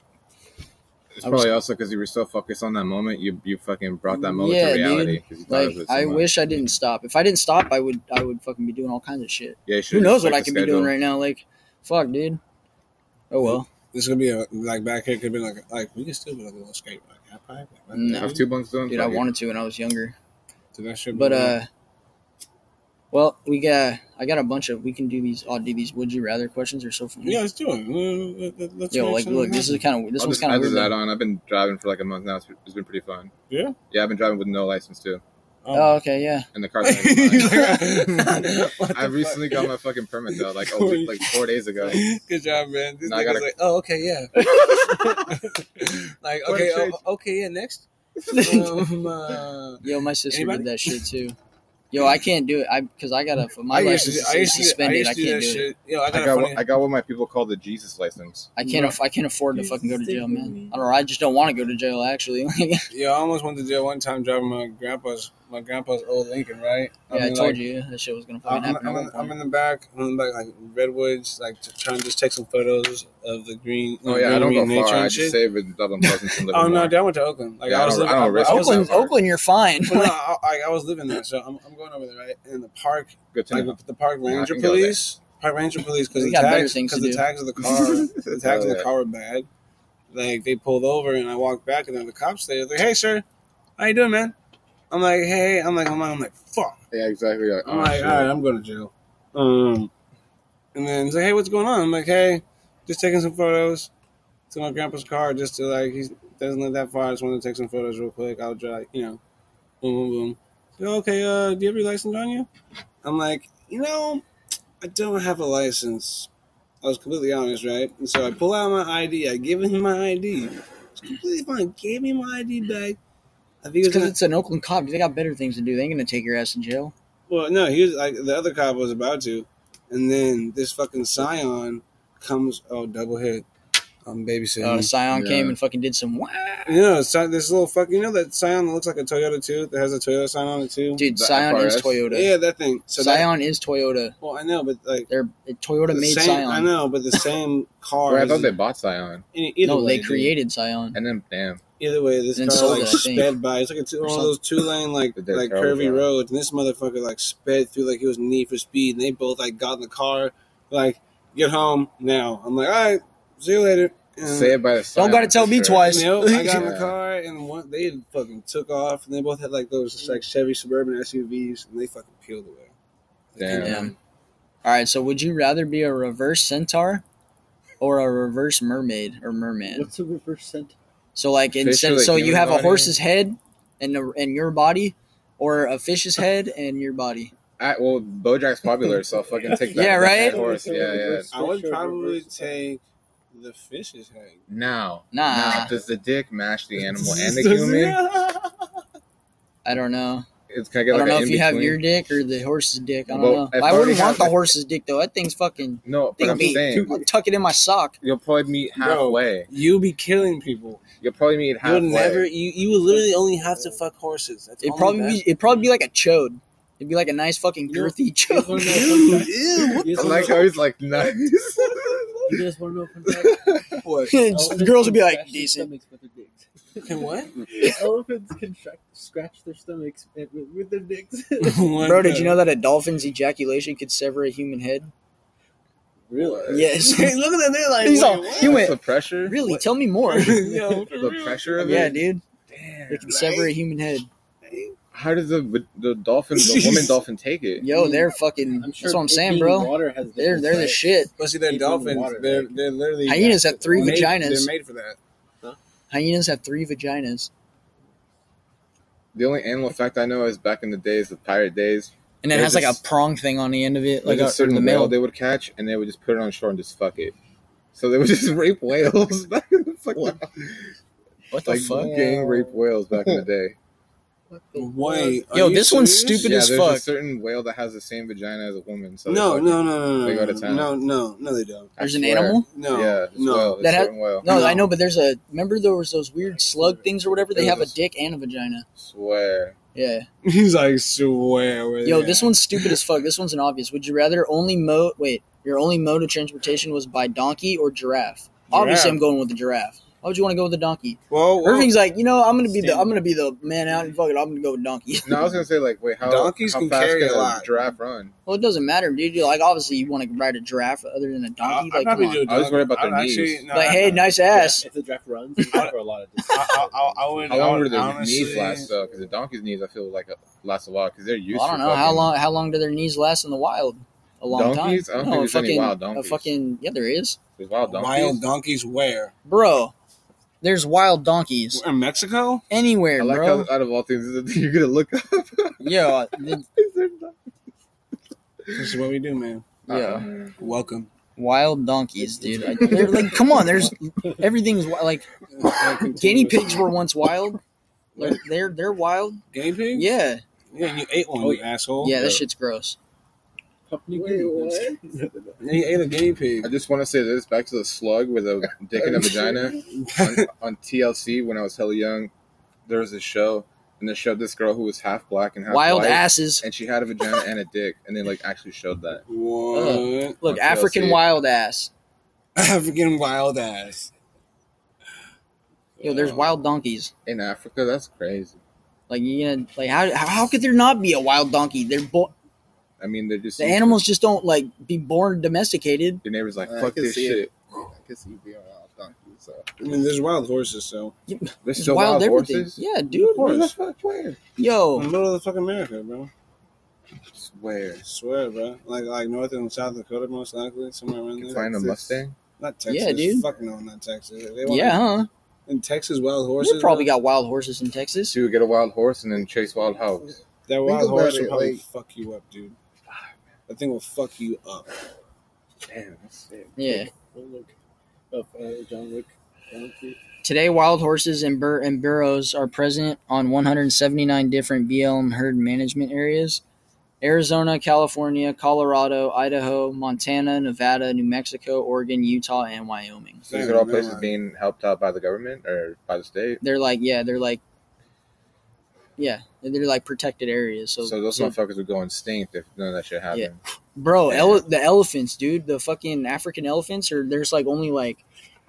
S4: It's
S1: I was-
S4: probably also because you were so focused on that moment. You you fucking brought that moment
S1: Yeah,
S4: to
S1: dude.
S4: reality. 'cause you thought
S1: like
S4: of it so
S1: I
S4: much.
S1: wish I didn't stop. If I didn't stop, I would I would fucking be doing all kinds of shit.
S4: Yeah, you
S1: Who
S4: should've
S1: knows
S4: just
S1: what I
S4: checked
S1: could
S4: the
S1: be doing
S4: schedule.
S1: right now? Like, fuck, dude. Oh well.
S2: This could be a like back here could be like like we could still be like a little skate like half pipe. Like, that.
S1: No.
S4: Have two bunks doing.
S1: Dude, I
S4: fuck it.
S1: wanted to when I was younger.
S2: So that should be
S1: But
S2: like-
S1: uh well, we got I got a bunch of we can do these I'll do these would you rather questions or so funny.
S2: yeah, let's do it. Well, let- let- Let's
S1: Yo,
S2: make
S1: like
S2: something
S1: look, this is
S2: happen.
S1: kind of this
S4: I'll
S1: one's
S4: just
S1: kind
S4: add
S1: of
S4: this
S1: weird.
S4: add on. I've been driving for like a month now. It's, it's been pretty fun.
S2: Yeah?
S4: Yeah, I've been driving with no license too,
S1: Oh, okay, yeah.
S4: and the car's.
S2: He's
S4: been
S2: like,
S4: fine.
S2: what
S4: I
S2: the
S4: recently
S2: fuck?
S4: got my fucking permit though, like a week, like four days ago.
S2: Good job, man. This
S4: Now I
S2: nigga's
S4: gotta-
S2: like, oh, okay, yeah. like,
S4: What a
S2: okay, oh,
S4: change.
S2: okay, yeah, next. Um, uh,
S1: Yo, my sister did
S2: Anybody?
S1: that shit too. Yo, I can't do it. I because I got a my
S2: I used to
S1: license
S2: do-
S1: is
S2: I used to do- I
S1: suspended. I,
S2: used to do that
S1: can't do it.
S2: shit. Yo, I
S4: I
S2: got,
S4: got
S2: a
S4: what,
S2: funny.
S4: I got what my people call the Jesus license.
S1: I can't. Aff- I can't afford to
S5: Dude,
S1: fucking go to
S5: stick
S1: jail,
S5: with
S1: man.
S5: me.
S1: I don't. know. I just don't want to go to jail. Actually, yeah,
S2: Yo, I almost went to jail one time driving my grandpa's my grandpa's old Lincoln, right?
S1: I,
S2: mean,
S1: told
S2: like,
S1: you that shit was gonna fucking
S2: I'm,
S1: happen.
S2: I'm,
S1: at
S2: in,
S1: one
S2: I'm in
S1: point.
S2: the back, I'm in the back, like redwoods, like to, trying to just take some photos of the green.
S4: Oh yeah, I don't
S2: greenery
S4: go
S2: and nature
S4: far. I
S2: and
S4: just
S2: shit.
S4: save in Dublin Pleasant and
S2: Oh no,
S4: Livermore.
S2: dude, I went to Oakland. Like
S4: Yeah, I
S2: I was,
S4: don't-
S2: living,
S4: I don't risk
S2: was
S4: myself.
S1: Oakland,
S2: living,
S1: Oakland, you're fine.
S2: well, no, I, I, I was living there, so I'm, I'm going over there, right? And the park,
S4: Good to
S2: like
S4: know.
S2: the park
S4: Yeah, I
S2: ranger
S4: can go there.
S2: police, park ranger police, because
S1: We
S2: the
S1: got better
S2: tags,
S1: things
S2: because
S1: to
S2: the
S1: do.
S2: tags of the car, the tags
S4: Oh,
S2: of the car were bad. Like they pulled over, and I walked back, and then the cops there, like, "Hey, sir, how you doing, man?" I'm like, "Hey," I'm like, "I'm like, I'm like, fuck."
S4: Yeah, exactly. Like,
S2: I'm
S4: oh,
S2: like,
S4: shit.
S2: all right, I'm going to jail. Um, and then he's like, hey, what's going on? I'm like, hey, just taking some photos to my grandpa's car, just to like, he doesn't live that far. I just want to take some photos real quick. I'll drive, you know, boom, boom, boom. He's like, okay, uh, do you have your license on you? I'm like, you know, I don't have a license. I was completely honest, right? And so I pull out my ID. I give him my ID. It's completely fine. Gave me my ID back. I think it was
S1: because
S2: gonna-
S1: it's an Oakland cop. They got better things to do. They ain't gonna take your ass to jail.
S2: Well, no, he was like the other cop was about to, and then this fucking scion comes. Oh, double hit. I'm
S1: Uh,
S2: babysitting.
S1: Scion
S4: Yeah.
S1: came and fucking did some. Wah!
S2: you know, si- this little fuck. You know that scion that looks like a Toyota too, that has a Toyota sign on it too.
S1: Dude,
S4: The
S1: Scion is
S4: FRS?
S1: Toyota.
S2: Yeah, that thing. So that,
S1: Scion is Toyota.
S2: well, I know, but like
S1: They're Toyota
S2: the
S1: made
S2: same. I
S1: Scion.
S2: know, but the same car.
S4: Wait, I
S2: is-
S4: thought they bought Scion,
S2: any- either
S1: No,
S2: way,
S1: they
S2: dude.
S1: created Scion.
S4: and then damn,
S2: Either way, this
S1: And
S2: car
S1: sold
S2: like
S1: it, I think.
S2: sped by. It's like a two,
S1: Or
S2: one of those two lane like
S4: They're
S2: like
S4: terrible
S2: curvy
S4: drivers.
S2: roads, and this motherfucker like sped through like it was Need for Speed, and they both like got in the car, like get home now. I'm like, all right, see you later. And,
S4: say it by the Scion.
S1: Don't gotta tell
S4: for
S1: me
S4: sure.
S1: twice.
S2: Nope, I got in the
S4: Yeah.
S2: car, and one they fucking took off, and they both had like
S1: Mm.
S2: those like Chevy Suburban SUVs, and they fucking peeled away.
S4: Damn.
S1: Damn. All right, so would you rather be a reverse centaur or a reverse mermaid or merman?
S5: what's a reverse scent?
S1: So like instead,
S4: with
S1: so you
S4: human
S1: have a
S4: body.
S1: horse's head and a, and your body, or a fish's head and your body.
S4: I, well, BoJack's popular, so I'll fucking take that.
S1: Yeah,
S4: that
S1: right?
S4: Horse. Yeah, yeah.
S2: I would probably
S5: say
S2: take the fish's head.
S4: Now,
S1: Nah.
S4: now, does the dick match the animal and the human?
S1: I don't know.
S4: it's can I get
S1: I don't
S4: like
S1: know
S4: an
S1: if you have
S4: in-between?
S1: your dick or the horse's dick. I don't
S4: Well,
S1: know.
S4: if
S1: I
S4: I already
S1: wouldn't want
S4: have
S1: the
S4: my-
S1: horse's dick though. That thing's fucking.
S4: No, but
S1: Thing
S4: I'm
S1: be,
S4: saying
S1: I'll tuck it in my sock.
S4: you'll probably meet
S2: No.
S4: halfway.
S2: You'll be killing people.
S4: You'll probably meet halfway.
S2: You'll never. You you will literally only have to fuck horses. That's
S1: It
S2: all
S1: probably
S2: that-
S1: be, it probably be like a chode. It'd be like a nice fucking
S2: You-
S1: girthy
S2: You just wanna
S1: chode.
S2: know a fun fact? You
S4: I
S2: just
S4: like
S2: wanna
S4: how he's like nice.
S5: You guys want to know a fun fact?
S2: know-
S1: Just- the girls would be like decent.
S2: Can what?
S5: Elephants can tra- scratch their stomachs and- with, with their dicks.
S1: Bro, did you know that a dolphin's ejaculation could sever a human head?
S4: really?
S1: Yes.
S2: Look at that. They're like,
S1: He's
S2: wait,
S1: all-
S2: what?
S1: he went-
S4: the pressure.
S1: really? Tell me more.
S2: Yo, for
S4: The
S2: real.
S4: pressure of
S1: yeah,
S4: it.
S1: dude.
S4: Damn.
S1: It can sever a human head.
S4: How does the the dolphin, the woman dolphin, take it?
S1: Yo, they're fucking. that's what I'm saying, bro.
S5: Water has
S1: They're
S5: different
S1: they're the
S5: types.
S1: shit.
S2: But see, they're
S5: Deep in the
S2: dolphins.
S5: water,
S2: they're
S5: like-
S2: they're literally
S1: Hyenas
S4: uh,
S1: have three
S2: made-
S1: vaginas.
S2: They're made for that.
S1: Hyenas have three vaginas,
S4: The only animal fact I know is back in the days, the pirate days,
S1: and it
S4: There's
S1: has like a
S4: this-
S1: prong thing on the end of it,
S4: like,
S1: like a,
S4: a certain
S1: the
S4: whale
S1: male.
S4: they would catch, and they would just put it on shore and just fuck it. So they would just rape whales back in the fucking
S1: What the
S4: like
S1: fuck?
S4: gang rape whales back in the day.
S2: Wait, are
S1: Yo,
S2: you
S1: this one's
S2: serious?
S1: stupid
S4: yeah,
S1: as
S4: there's
S1: fuck.
S4: a certain whale that has the same vagina as a woman. So they
S2: No,
S4: fuck it.
S2: no, no, no,
S4: They
S2: no,
S4: go to
S2: no,
S4: town.
S2: no, no, no, they don't.
S4: I
S1: There's an
S4: swear.
S1: animal.
S2: No,
S4: yeah, it's
S2: no.
S4: whale. It's
S1: That ha-
S4: certain whale.
S1: No,
S2: No.
S1: I know, but there's a. Remember there was those weird slug things or whatever. They
S4: There
S1: have a
S4: was-
S1: dick and a vagina.
S4: Swear.
S1: Yeah.
S2: He's like, swear. with
S1: Yo,
S2: it.
S1: this one's stupid as fuck. This one's an obvious. Would you rather only mode? Wait, your only mode of transportation was by donkey or giraffe? Obviously,
S2: Giraffe.
S1: I'm going with the giraffe. Why would you want to go with the donkey?
S2: Well, well,
S1: Irving's like, you know, I'm gonna be the
S5: Standard.
S1: I'm gonna be the man out and fuck it. I'm gonna go with donkey.
S4: No, I was gonna say like, wait, how
S2: Donkeys
S4: how
S2: can
S4: fast
S2: carry
S4: can
S2: a lot.
S4: giraffe run?
S1: well, it doesn't matter, dude. You're like, obviously, you want to ride a giraffe other than a donkey.
S2: I'll
S1: like, come
S2: probably
S1: on.
S2: do a
S4: I was worried
S2: donkey.
S4: about their
S2: I'll
S4: knees.
S2: actually- no,
S1: like,
S2: I-
S1: hey, nice ass.
S5: If the draft runs, you cover a lot of distance.
S2: I, I, I, I would.
S4: How long
S2: I
S4: do
S2: would
S4: their
S2: honestly,
S4: knees last though? Because the donkey's knees, I feel like last a while because they're used.
S1: Well, I don't
S4: to
S1: know how
S4: fucking-
S1: long how long do their knees last in the wild? A long
S4: Donkeys? I
S1: time.
S4: don't
S1: no,
S4: think
S1: a
S4: there's any
S1: fucking,
S4: wild
S1: a
S4: donkeys.
S1: fucking yeah, there is,
S4: There's wild donkeys.
S2: Wild donkeys where?
S1: bro. There's wild donkeys
S2: In Mexico?
S1: anywhere,
S4: I like
S1: bro.
S4: how out of all things you're gonna look up.
S1: Yo, the
S4: Is there don-
S2: This is what we do, man.
S1: Yeah.
S4: Uh-uh.
S2: Welcome.
S1: wild donkeys, dude. Like, they're- like, come on, there's everything's wi- like guinea pigs were once wild. Like, they're they're wild.
S2: Guinea pig?
S1: Yeah,
S2: Yeah, and you ate one,
S5: Oh,
S2: you asshole.
S1: yeah, that shit's gross.
S5: Company
S3: Wait,
S5: guinea pigs.
S2: And you ate a guinea pig.
S1: Uh-huh.
S4: I just want to say this back to the slug with a dick and a vagina on, on TLC when I was hella yown. There was a show, and they showed this girl who was half black and half
S1: Wild
S4: white,
S1: asses.
S4: and she had a vagina and a dick, and they like actually showed that.
S2: What?
S1: Look,
S4: That's what I
S1: African
S4: see.
S1: wild ass.
S2: African wild ass.
S1: Yo, there's
S4: Uh-huh.
S2: Uh,
S1: wild donkeys.
S4: In Africa, that's crazy.
S1: Like you gonna like how how- how could there not be a wild donkey? They're bo-
S4: I mean, they're just
S1: the animals just don't like be born domesticated.
S4: Your neighbor's like,
S3: I
S4: fuck
S3: can
S4: this
S3: see
S4: shit.
S3: it. I can see you being wild donkey. So
S2: I mean, there's wild horses, so.
S4: There's
S1: It's
S4: still wild,
S1: everything.
S4: horses.
S1: Yeah, dude.
S2: Of course.
S1: Yo,
S2: Middle of the fucking America, bro.
S4: Swear.
S2: I swear, bro. Like, like North and South Dakota, most likely, somewhere around
S4: You
S2: there.
S4: can find a
S3: Texas.
S4: Mustang.
S2: Not Texas.
S1: Yeah, dude.
S2: Fuck no, not Texas. They want-
S1: yeah, huh?
S2: In Texas, wild
S1: They
S2: horses.
S1: probably
S2: bro,
S1: got wild horses in Texas.
S4: So you get a wild horse and then chase wild hogs.
S2: that
S3: Think
S2: wild
S3: about
S2: horse will
S3: it,
S2: probably
S3: like-
S2: fuck you up, dude. That thing will fuck you up.
S4: Damn, that's sick.
S1: Yeah.
S5: Don't look up, uh, John Wick. John Wick.
S1: Today, wild horses and, bur- and burros are present on 179 different BLM herd management areas. Arizona, California, Colorado, Idaho, Montana, Nevada, New Mexico, Oregon, Utah, and Wyoming.
S4: So these
S2: Damn,
S4: are all
S2: no,
S4: places
S2: I-
S4: being helped out by the government or by the state.
S1: They're like, yeah, they're like, yeah, they're like protected areas. So,
S4: So, those
S1: so-
S4: motherfuckers would go extinct if none of that shit happened.
S1: Bro,
S4: Yeah.
S1: ele- the elephants, dude, the fucking African elephants, or there's like only like,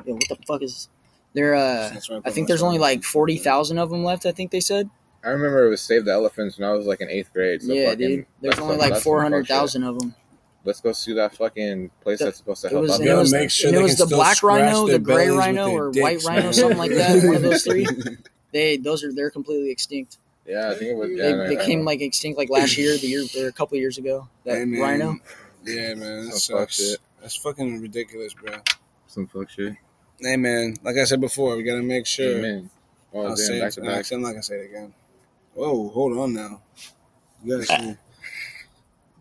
S1: yo, what the fuck is? There, uh,
S2: That's why put
S1: I think
S2: my
S1: there's only
S2: son-
S1: like forty thousand of them left. I think they said.
S4: I remember it was Save the Elephants when I was like in eighth grade. So
S1: yeah,
S4: fucking,
S1: dude. There's
S4: that's
S1: only
S4: some-
S1: like
S4: that's some fuck
S1: four hundred
S4: shit.
S1: thousand of them.
S4: Let's go see that fucking place
S1: The-
S4: that's supposed to
S1: It
S4: help
S1: was,
S4: out.
S1: and it
S4: the
S2: gotta
S1: was,
S2: make sure
S1: and it
S2: they
S1: was
S2: can
S1: the
S2: still
S1: black
S2: scratch
S1: rhino, the
S2: their
S1: gray
S2: bellies with
S1: rhino,
S2: their
S1: or
S2: dicks,
S1: white rhino,
S2: man.
S1: something like that. One of those three. They those are they're completely extinct.
S4: yeah, I think it was.
S1: They,
S4: Yeah, no,
S1: they
S4: no,
S1: came
S4: no.
S1: like extinct like last year, the year or a couple years ago. That
S2: Hey, man.
S1: rhino.
S2: Yeah, man. That
S4: Some fuck
S2: sucks.
S4: shit.
S2: That's fucking ridiculous, bro.
S4: some fuck shit.
S2: Hey, man. Like I said before, we gotta make sure.
S4: Amen. Oh,
S2: I'll say
S4: damn,
S2: it.
S4: back to
S2: I'm
S4: back.
S2: not gonna say it again. Whoa, hold on now. You gotta say,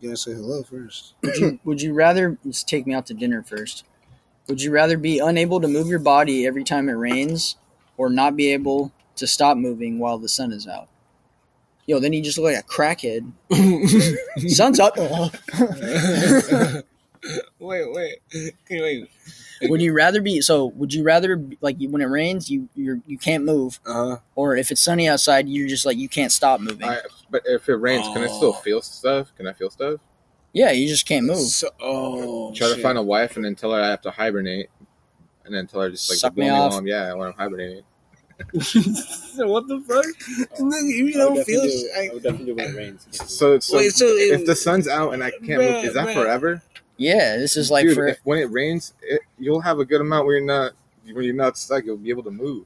S2: you gotta say hello first.
S1: Would you, would you rather just take me out to dinner first? Would you rather be unable to move your body every time it rains, or not be able to stop moving while the sun is out? Yo, then he just looked like a crackhead.
S2: wait,
S1: Sun's up.
S2: wait, Can you wait.
S1: would you rather be so? Would you rather be- like you- when it rains, you you're, you can't move,
S4: Uh-huh.
S2: Uh,
S1: or if it's sunny outside, you're just like you can't stop moving.
S4: I, but if it rains, can I
S2: Oh.
S4: still feel stuff? Can I feel stuff?
S1: Yeah, you just can't move.
S2: so, oh,
S4: Try to
S2: shit.
S4: find a wife and then tell her I have to hibernate, and then tell her just like
S1: Suck
S4: blow
S1: me off.
S4: along. Yeah, when I'm hibernating.
S2: what the fuck?
S4: Oh.
S2: Nigga, you
S5: I would
S2: don't feel.
S5: definitely
S2: s-
S5: do it.
S2: I,
S5: I would definitely do it when it rains.
S4: So, so,
S2: Wait, so it-
S4: if the sun's out and I can't move, is that
S2: Bruh, bruh.
S4: forever?
S1: Yeah, this is like
S4: Dude,
S1: for
S4: if, when it rains, it, you'll have a good amount where you're not when you're not stuck. You'll be able to move,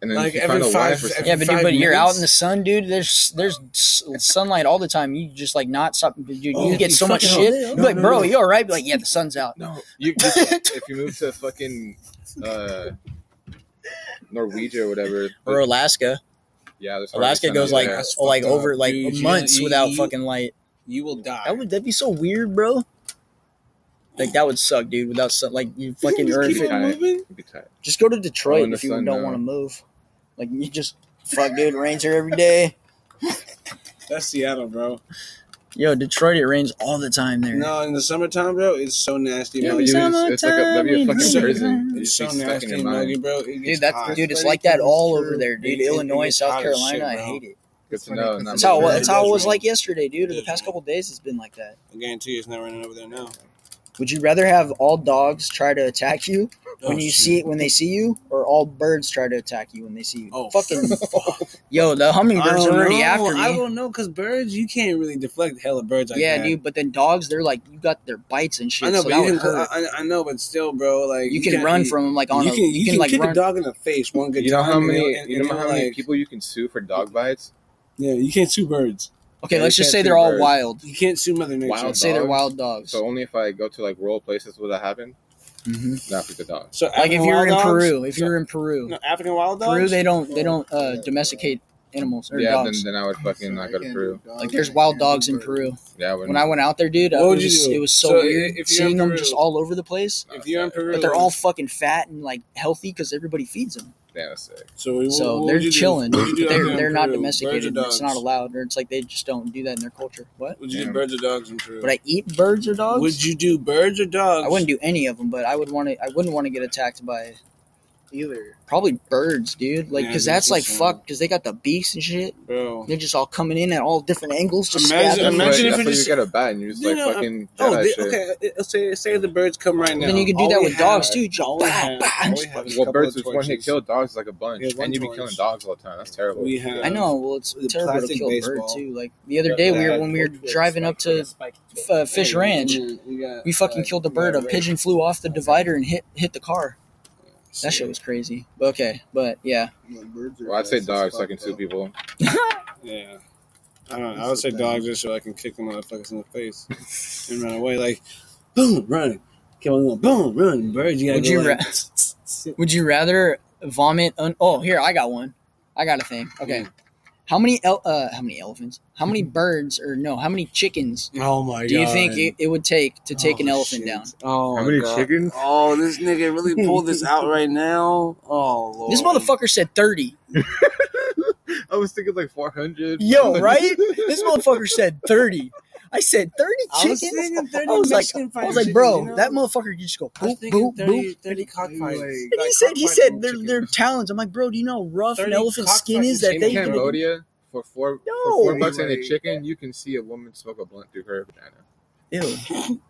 S4: and then
S2: Like
S4: if you
S2: every
S4: find a
S2: five-
S4: wife or something.
S1: yeah, but dude,
S2: five
S1: but you're out in the
S2: minutes?
S1: sun, dude. There's there's s- sunlight all the time. You just like not stop, dude. You
S2: Oh,
S1: get
S2: you
S1: so much
S2: fucking
S1: shit.
S2: all day.
S1: You're
S2: No,
S1: like,
S2: no,
S1: bro,
S2: no.
S1: you all right? Be like, yeah, the sun's out.
S4: No, you, you if you move to fucking uh, Norwegia or whatever,
S1: Or Alaska.
S4: yeah, there's hardly
S1: Alaska
S4: sun
S1: goes
S4: out
S1: like
S4: there.
S2: That's fucked
S1: like
S2: up,
S1: over like
S2: dude. You-
S1: months
S2: you-
S1: without
S2: you-
S1: fucking light.
S2: you will die.
S1: That would that be so weird, bro? Like that would suck, dude. Without sun, like you fucking
S2: just
S1: earth.
S2: keep
S4: Perfect.
S2: on moving.
S4: You'd be tight.
S1: Just go to
S4: Oh,
S1: Detroit
S4: in the
S1: if you
S4: sun,
S1: don't
S4: no.
S1: want to move. Like you just fuck, dude. It rains here every day.
S2: That's Seattle, bro.
S1: Yo, Detroit, it rains all the time there.
S2: No, in the summertime, bro, it's so nasty.
S4: Yeah,
S2: bro.
S4: but you, it's, it's like a, that'd be a
S1: Summertime
S4: fucking
S1: in
S4: prison.
S1: the
S4: You
S2: It's
S4: just
S2: so
S4: be stuck in
S2: nasty
S4: your
S2: and
S4: mind.
S2: muggy, bro. It gets
S1: Dude, that's
S2: hot.
S1: dude. It's
S3: But
S1: like
S3: it
S1: that
S3: gets
S1: all
S3: true.
S1: over there, dude.
S2: It- it-
S1: Illinois,
S2: it's
S1: South
S2: hot as
S1: Carolina.
S2: shit,
S1: I
S2: bro.
S1: hate it.
S4: Good to
S3: That's
S4: know.
S3: funny,
S4: not
S1: That's
S4: my
S1: how
S4: friend.
S1: that's how it was like yesterday, dude.
S2: It
S1: The
S2: is
S1: past
S2: wrong.
S1: couple days has been like that.
S2: I guarantee you it's not running over there now.
S1: Would you rather have all dogs try to attack you when
S2: Oh,
S1: you
S2: shit.
S1: see when they see you, or all birds try to attack you when they see you?
S2: Oh,
S1: fucking yo, the hummingbirds are already
S2: know.
S1: after
S2: I
S1: me.
S2: don't know, cause birds, you can't really deflect hella birds like
S1: yeah,
S2: that.
S1: dude. But then dogs, they're like you got their bites and shit.
S2: I know,
S1: so
S2: but
S1: that
S2: you
S1: would
S2: can, I,
S1: hurt.
S2: I- I know, but still, bro, like
S1: you can
S2: can't
S1: run
S2: be-
S1: from them like on
S2: you
S1: a
S2: can you can
S1: like
S2: kick
S1: run.
S2: a dog in the face one good
S4: You know
S2: time.
S4: how many?
S2: and-
S4: You
S2: and
S4: know
S2: you're
S4: how many
S2: like-
S4: people you can sue for dog bites?
S2: Yeah, you can't sue birds.
S1: okay,
S4: Yeah,
S1: let's
S4: you
S1: just say
S4: can't do
S1: they're all
S4: birds.
S1: wild.
S2: You can't sue Mother Nature.
S4: Wild
S1: Let's say they're
S4: dogs?
S1: wild dogs.
S4: So only if I go to like rural places will that happen.
S1: hmm
S4: Not with the dog.
S2: So
S1: Like if
S2: African
S1: you're
S2: wild
S1: in
S2: dogs-
S1: Peru, if
S2: so-
S1: you're in Peru,
S2: no, African wild dogs.
S1: Peru, they don't they don't
S3: Yeah,
S1: uh,
S3: bro.
S1: domesticate animals or
S4: Yeah,
S1: dogs.
S4: then, then I would fucking not go to Peru.
S1: Like there's wild dogs in Peru.
S4: Yeah, I wouldn't.
S1: When I went out there, dude,
S2: What
S1: I
S2: would
S1: was
S2: you
S1: just-
S2: do?
S1: it was so,
S2: So i-
S1: weird
S2: if you're in
S1: seeing them
S2: Peru-
S1: just all over the place.
S4: No,
S2: if you're in
S4: that's
S2: Peru,
S1: But they're all fucking fat and like healthy because everybody feeds them.
S4: it. Yeah, that's sick.
S2: so, what- what
S1: So
S2: would
S1: they're
S2: you do?
S1: chilling.
S2: What would you
S1: But
S2: do out there
S1: They're
S2: in
S1: they're not
S2: Peru?
S1: domesticated.
S2: Birds
S1: and
S2: or
S1: It's
S2: dogs?
S1: not allowed, or it's like they just don't do that in their culture. What?
S2: Would you
S4: Yeah.
S2: do birds or dogs in Peru?
S1: Would I eat birds or dogs?
S2: Would you do birds or dogs?
S1: I wouldn't do any of them, but I would want to. I wouldn't want to get attacked by
S3: either.
S1: probably birds, dude. Like
S2: Yeah,
S1: because
S2: dude,
S1: that's like
S2: that's
S1: fuck.
S2: sad.
S1: Because they got the beaks and shit.
S2: bro.
S1: They're just all coming in at all different angles. Just
S2: Imagine-
S1: stabbing.
S4: That's
S2: imagine
S4: why-
S2: if
S4: that's
S2: it
S4: why
S2: just-
S4: you got a bat and you just
S2: You
S4: like
S2: know,
S4: fucking.
S2: Oh,
S4: Jedi
S2: they,
S4: shit.
S2: okay. uh, Say say the birds come right now.
S1: then you could do
S2: All
S1: that
S2: we
S1: with
S2: have-
S1: dogs too. Just
S2: all we
S1: bah,
S2: have-
S1: bah.
S2: all we have is a
S4: Well,
S2: couple
S4: birds
S2: of
S4: with one hit
S2: torches.
S4: kill, dogs is like a bunch,
S2: Yeah, one
S4: and you be
S2: torch.
S4: killing dogs all the time. That's terrible.
S2: We have.
S1: I know. Well, it's
S2: The
S1: terrible to
S2: plastic
S1: kill a bird
S2: baseball.
S1: too. Like the other day, we were when we were driving up to uh, Fish Ranch, we fucking killed a bird. A pigeon flew off the divider and hit hit the car. That shit was crazy. But Okay, but yeah,
S4: Well, I'd say dogs, so I can sue people.
S2: Yeah. I don't know. I would say dogs just so I can kick the motherfuckers in the face and run away. Like, boom, run. Come on, boom, run. Birds, you gotta
S1: Would
S2: go
S1: you
S2: like,
S1: ra- would you rather vomit? Un- oh, here I got one. I got a thing. Okay,
S2: Mm.
S1: how many el- uh, how many elephants? How many birds or no? How many chickens
S2: Oh my god.
S1: do you think it, it would take to take an
S2: Oh,
S1: elephant
S2: shit.
S1: down?
S2: Oh,
S4: How
S2: my
S4: many
S2: God.
S4: chickens?
S2: Oh, this nigga really pulled this out right now. Oh, Lord.
S1: This motherfucker said thirty.
S4: I was thinking like 400.
S1: Yo, right? This motherfucker said thirty. I said thirty
S2: I was
S1: chickens.
S2: thinking 30
S1: I was like-
S2: Mexican
S1: I was
S2: fried
S1: like,
S2: chicken,
S1: bro,
S2: you know?
S1: that motherfucker could just go
S2: I was
S1: boop,
S2: thinking
S1: boop,
S2: 30,
S1: boop.
S2: 30 cockfights.
S1: And he
S2: Like
S1: said, he
S2: cockfights
S1: said
S2: with
S1: their,
S2: chicken.
S1: their talons. I'm like, bro, do you know how rough an
S2: 30
S1: elephant's skin is that
S2: cockfights
S1: they
S4: In
S2: in
S1: do?
S4: Cambodia, for four, for
S1: No.
S4: four bucks and a chicken, you can see a woman smoke a blunt through her vagina.
S1: Ew.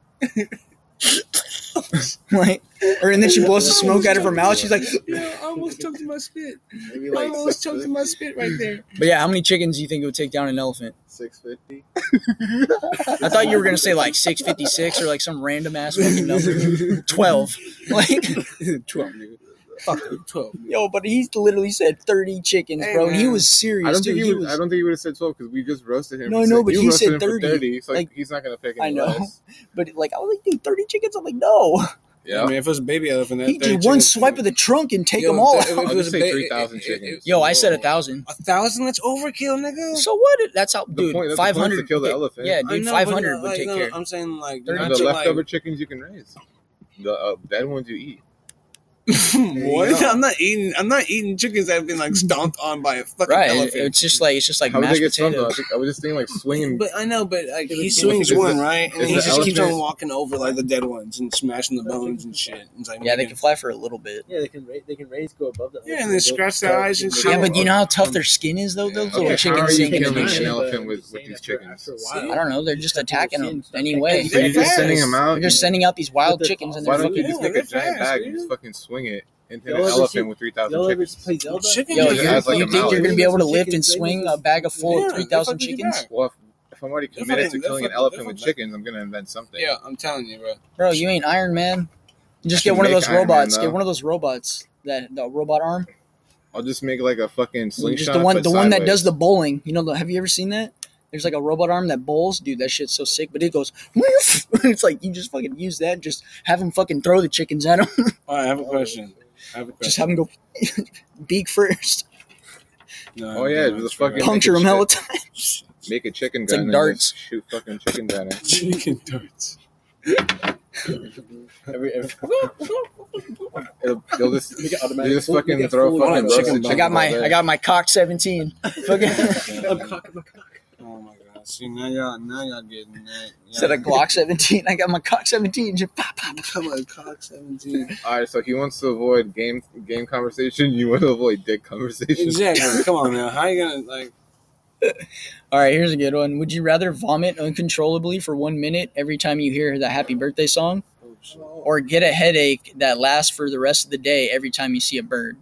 S1: like, or and then she blows the smoke out of her mouth. She's like,
S2: Yeah, I almost choked in my spit.
S3: Maybe
S2: I
S3: like
S2: almost choked in my spit right there.
S1: but yeah, how many chickens do you think it would take down an elephant?
S3: six fifty.
S1: I thought you were gonna say like six fifty six or like some random ass fucking number, twelve. Like,
S2: 12, nigga. Fuck it, 12. nigga.
S1: yo, but he literally said thirty chickens,
S2: Hey,
S1: bro. and He
S2: man.
S1: was serious,
S4: I don't
S1: dude.
S4: think he,
S1: He
S4: would,
S1: was-
S4: I don't think he would have said 12 because we just roasted him.
S1: No, I
S4: He's
S1: know,
S4: like,
S1: but
S4: "You
S1: he
S4: roasted
S1: said
S4: him for
S1: 30.
S4: 30. So like,
S1: Like-
S4: he's not gonna pick. Any
S1: I know.
S4: less.
S1: But like, I was like, dude, thirty chickens. I'm like, no.
S4: Yeah.
S2: I mean, if it was a baby elephant, that
S1: He did one swipe of the trunk and take them all. out.
S4: I'll just say 3,000 chickens.
S1: Yo, I said a thousand.
S2: A thousand? That's overkill, nigga.
S1: So what? That's how,
S4: The
S1: dude.
S4: point- that's the
S1: Five
S4: point to
S1: hundred
S4: kill the elephant.
S1: Yeah,
S2: I
S1: dude.
S2: know,
S1: Five
S2: but
S1: hundred
S2: no,
S1: would
S2: like,
S1: take
S2: no,
S1: care.
S2: I'm saying like
S1: They're
S4: And
S2: not
S4: the
S2: to,
S4: leftover
S2: like,
S4: chickens you can raise. The uh, dead ones you eat.
S2: what?
S3: go.
S2: I'm not eating. I'm not eating chickens that have been like stomped on by a fucking
S1: Right. it-
S2: elephant.
S1: It's just like it's just like
S4: How would
S1: mashed
S4: they get stumped? I
S1: potatoes.
S4: was, I was just thinking like swinging.
S2: but I know, but like, he
S4: Is
S2: swings
S4: the-
S2: one right, and
S4: is
S2: he
S4: the
S2: just keeps on
S4: elephant-
S2: walking over like the dead ones and smashing the bones and shit. It's like,
S1: Yeah, they can fly for a little bit.
S5: Yeah, they can ra- they can raise go above that.
S2: Yeah, and then scratch their eyes and shit.
S1: Yeah, but you know how tough their skin is though. Those
S4: Yeah.
S1: little
S4: Um, Okay, how
S1: chicken
S4: are you
S1: sink and
S4: killing an
S1: shit.
S4: elephant with- with these chickens?
S1: I don't know. They're just attacking them
S5: Hey,
S1: anyway.
S4: so you're just sending them out.
S1: They're just sending out these wild
S5: With the-
S1: chickens and
S4: Why
S1: they're
S4: don't you
S1: fucking.
S4: just
S2: Yeah,
S4: make a
S2: they're
S4: giant
S2: fast,
S4: bag and just
S2: dude.
S4: fucking swing it and hit
S5: Y'all
S4: an
S5: ever
S4: elephant
S5: see-
S4: with three thousand
S5: Y'all ever
S4: chickens?
S5: play Zelda?
S2: Chicken
S1: Yo,
S2: Yeah,
S1: you,
S4: it has, like,
S1: you
S4: a
S1: think you're
S4: mallet.
S1: gonna be able to
S5: Chickens
S1: lift and
S5: is-
S1: swing a bag of full
S2: Yeah,
S1: of three thousand
S2: they're fucking
S1: chickens,
S2: back.
S4: Well, if, if I'm already
S2: They're
S4: committed
S2: fucking-
S4: to killing
S2: they're
S4: an
S2: fucking-
S4: elephant
S2: they're
S4: with
S2: fucking-
S4: chickens, I'm gonna invent something.
S2: Yeah, I'm telling you, bro.
S1: bro? You ain't Iron Man. You just
S4: I
S1: get
S4: can
S1: one of
S4: make
S1: those
S4: Iron Man,
S1: robots.
S4: though.
S1: Get one of those robots that the robot arm.
S4: I'll just make like a fucking slingshot.
S1: Just the
S4: and
S1: one,
S4: put
S1: the one that does
S4: sideways.
S1: the bowling. You know, the, have you ever seen that? There's like a robot arm that bowls, dude. That shit's so sick. But it goes, woof. it's like you just fucking use that. And just have him fucking throw the chickens at him.
S2: All right, I have a question. I have a question.
S1: just have him go beak first,
S2: No,
S4: Oh, yeah,
S2: no,
S4: the
S2: it's
S4: fucking-
S2: right.
S1: puncture him hell time.
S4: Make a chicken
S1: It's like
S4: gun and just
S1: darts.
S4: shoot fucking chicken down it.
S2: chicken darts.
S5: Every, every,
S4: It'll, they'll just,
S5: Make it
S4: they'll
S5: automatic.
S4: just
S5: We'll- we'll
S4: fucking
S5: get
S4: throw
S5: full
S4: a fucking
S2: of chicken
S4: roasted
S2: bone.
S1: I got
S4: chicken all
S1: my,
S4: day.
S1: I got my cock seventeen. Fucking
S5: I'm cock, I'm cock.
S2: Oh my god! See now y'all, now y'all getting that.
S1: instead of Glock seventeen, I got my cock seventeen. Just pop, pop, pop.
S2: Come on, cock seventeen.
S4: All right, so he wants to avoid game game conversation. You want to avoid dick conversation.
S2: exactly. Come on now. How you gonna like?
S1: All right, here's a good one. Would you rather vomit uncontrollably for one minute every time you hear the Happy Birthday song,
S2: Oh, shit.
S1: or get a headache that lasts for the rest of the day every time you see a bird?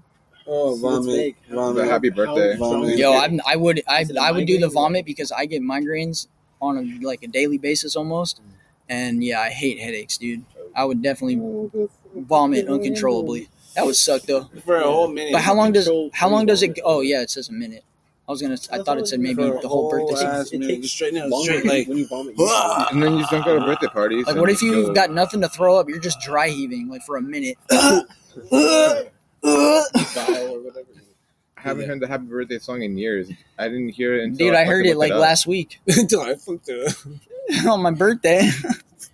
S2: oh vomit,
S4: The
S2: vomit.
S4: happy birthday.
S2: Vomit.
S1: Yo, I'm, I would I,
S5: Is it a
S1: I would do the
S5: migraine?
S1: vomit because I get migraines on a, like a daily basis almost, and yeah, I hate headaches, dude. I would definitely vomit uncontrollably. That would suck though.
S2: for a whole minute.
S1: But how long does
S5: Control
S1: how long does it?
S5: freedom.
S1: Oh yeah, it says a minute. I was gonna. I thought it said maybe the whole birthday.
S2: Ass, minute. Just straight now,
S5: Longer
S2: straight like.
S5: when you vomit. you-
S2: "Wah!"
S4: And then you just don't go to birthday parties.
S1: Like,
S4: and
S1: what if you've
S4: go-
S1: got nothing to throw up? You're just dry heaving like for a minute.
S5: Bile or whatever.
S4: I haven't heard the happy birthday song in years. I didn't hear it until
S1: Dude, I heard
S4: fucking
S1: it
S4: looked
S1: like
S4: up.
S1: last week
S2: Until I fucked it up.
S1: on my birthday.